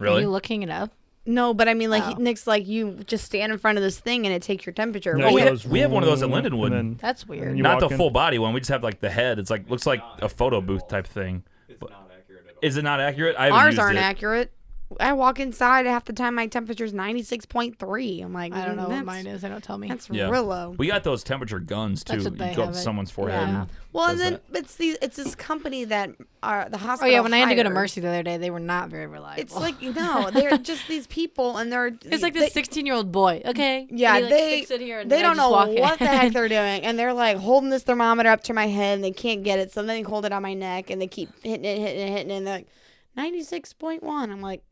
Are Really? you looking it up? No, but I mean, like Oh. Nick's like you just stand in front of this thing and it takes your temperature. Yeah, Oh, it we had- goes we have one of those at vroom, and Lindenwood. then- That's weird. you Not walk the in. full body one. We just have like the head. It's like looks like a photo booth type thing. It's not accurate at all. Is it not accurate? I haven't Ours used aren't it. accurate. I walk inside half the time. My temperature's ninety six point three. I'm like, I don't know "Mm, what that's- mine is. They don't tell me. That's Yeah. real low. We got those temperature guns too. That's You what they go up have to it. someone forehead. Yeah. and- Well, and does then it's the it's this company that are the Oh hospital. yeah, when I had to go to hired. Mercy the other day, they were not very reliable. it's like no, they're just these people, and they're it's like they- this sixteen-year-old boy. Okay. Yeah, And he, like, they sticks it here and they then I don't just know walk in. what the heck they're doing, and they're like holding this thermometer up to my head, and they can't get it, so then they hold it on my neck, and they keep hitting it, hitting it, hitting it, and they're like ninety six point one. I'm like,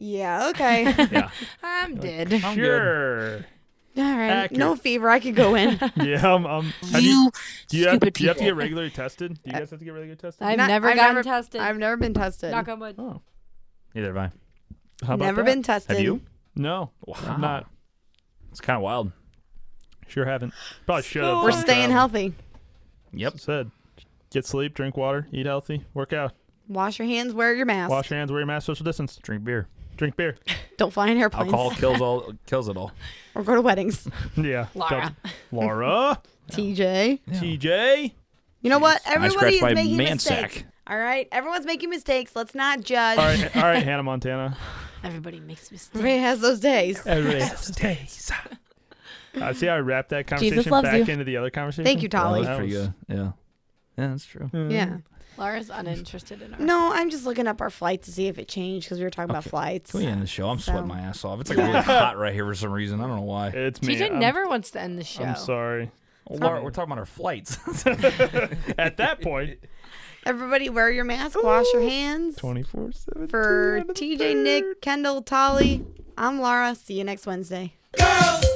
yeah, okay, all Yeah. I'm dead. I'm good. Sure. right, Accurate. no fever, I could go in. yeah. Um, um, have you, You do you have, stupid do you have to people. get regularly tested? Do you guys have to get regularly tested? Uh, I've Not- never I've gotten never- tested. I've never been tested, Knock on wood. oh, Neither have I. how about never that? been tested. Have you? No, Wow. I'm not. It's kind of wild. Sure haven't. Probably should. have We're from staying travel. healthy. Yep. Said, get sleep, drink water, eat healthy, work out, Wash your hands, wear your mask. wash your hands, wear your mask, social distance, Drink beer. drink beer. Don't fly in airplanes Alcohol kills all. Kills it all. or go to weddings. Yeah. Laura. Don't- Laura. TJ. TJ. You know what? I Everybody scratched is my making man mistakes. sack. All right, everyone's making mistakes. Let's not judge. All right, all right, Hannah Montana. Everybody makes mistakes. Everybody has those days. Everybody has days. Uh, see how I wrapped that conversation loves back you. into the other conversation? Thank you, That Tolly. was That Hmm. pretty was- good. Yeah. Yeah, that's true. yeah. Laura's uninterested in our. No, I'm just looking up our flight to see if it changed because we were talking about Okay. flights. Can we end the show? I'm So- sweating my ass off. It's like really hot right here for some reason. I don't know why. It's me. TJ I'm- never wants to end the show. I'm sorry. Well, Laura, we're talking about our flights. At that point, Everybody, wear your mask, wash your hands. 24 7. For TJ, Nick, Kendall, Tolly, I'm Laura. See you next Wednesday. Girls,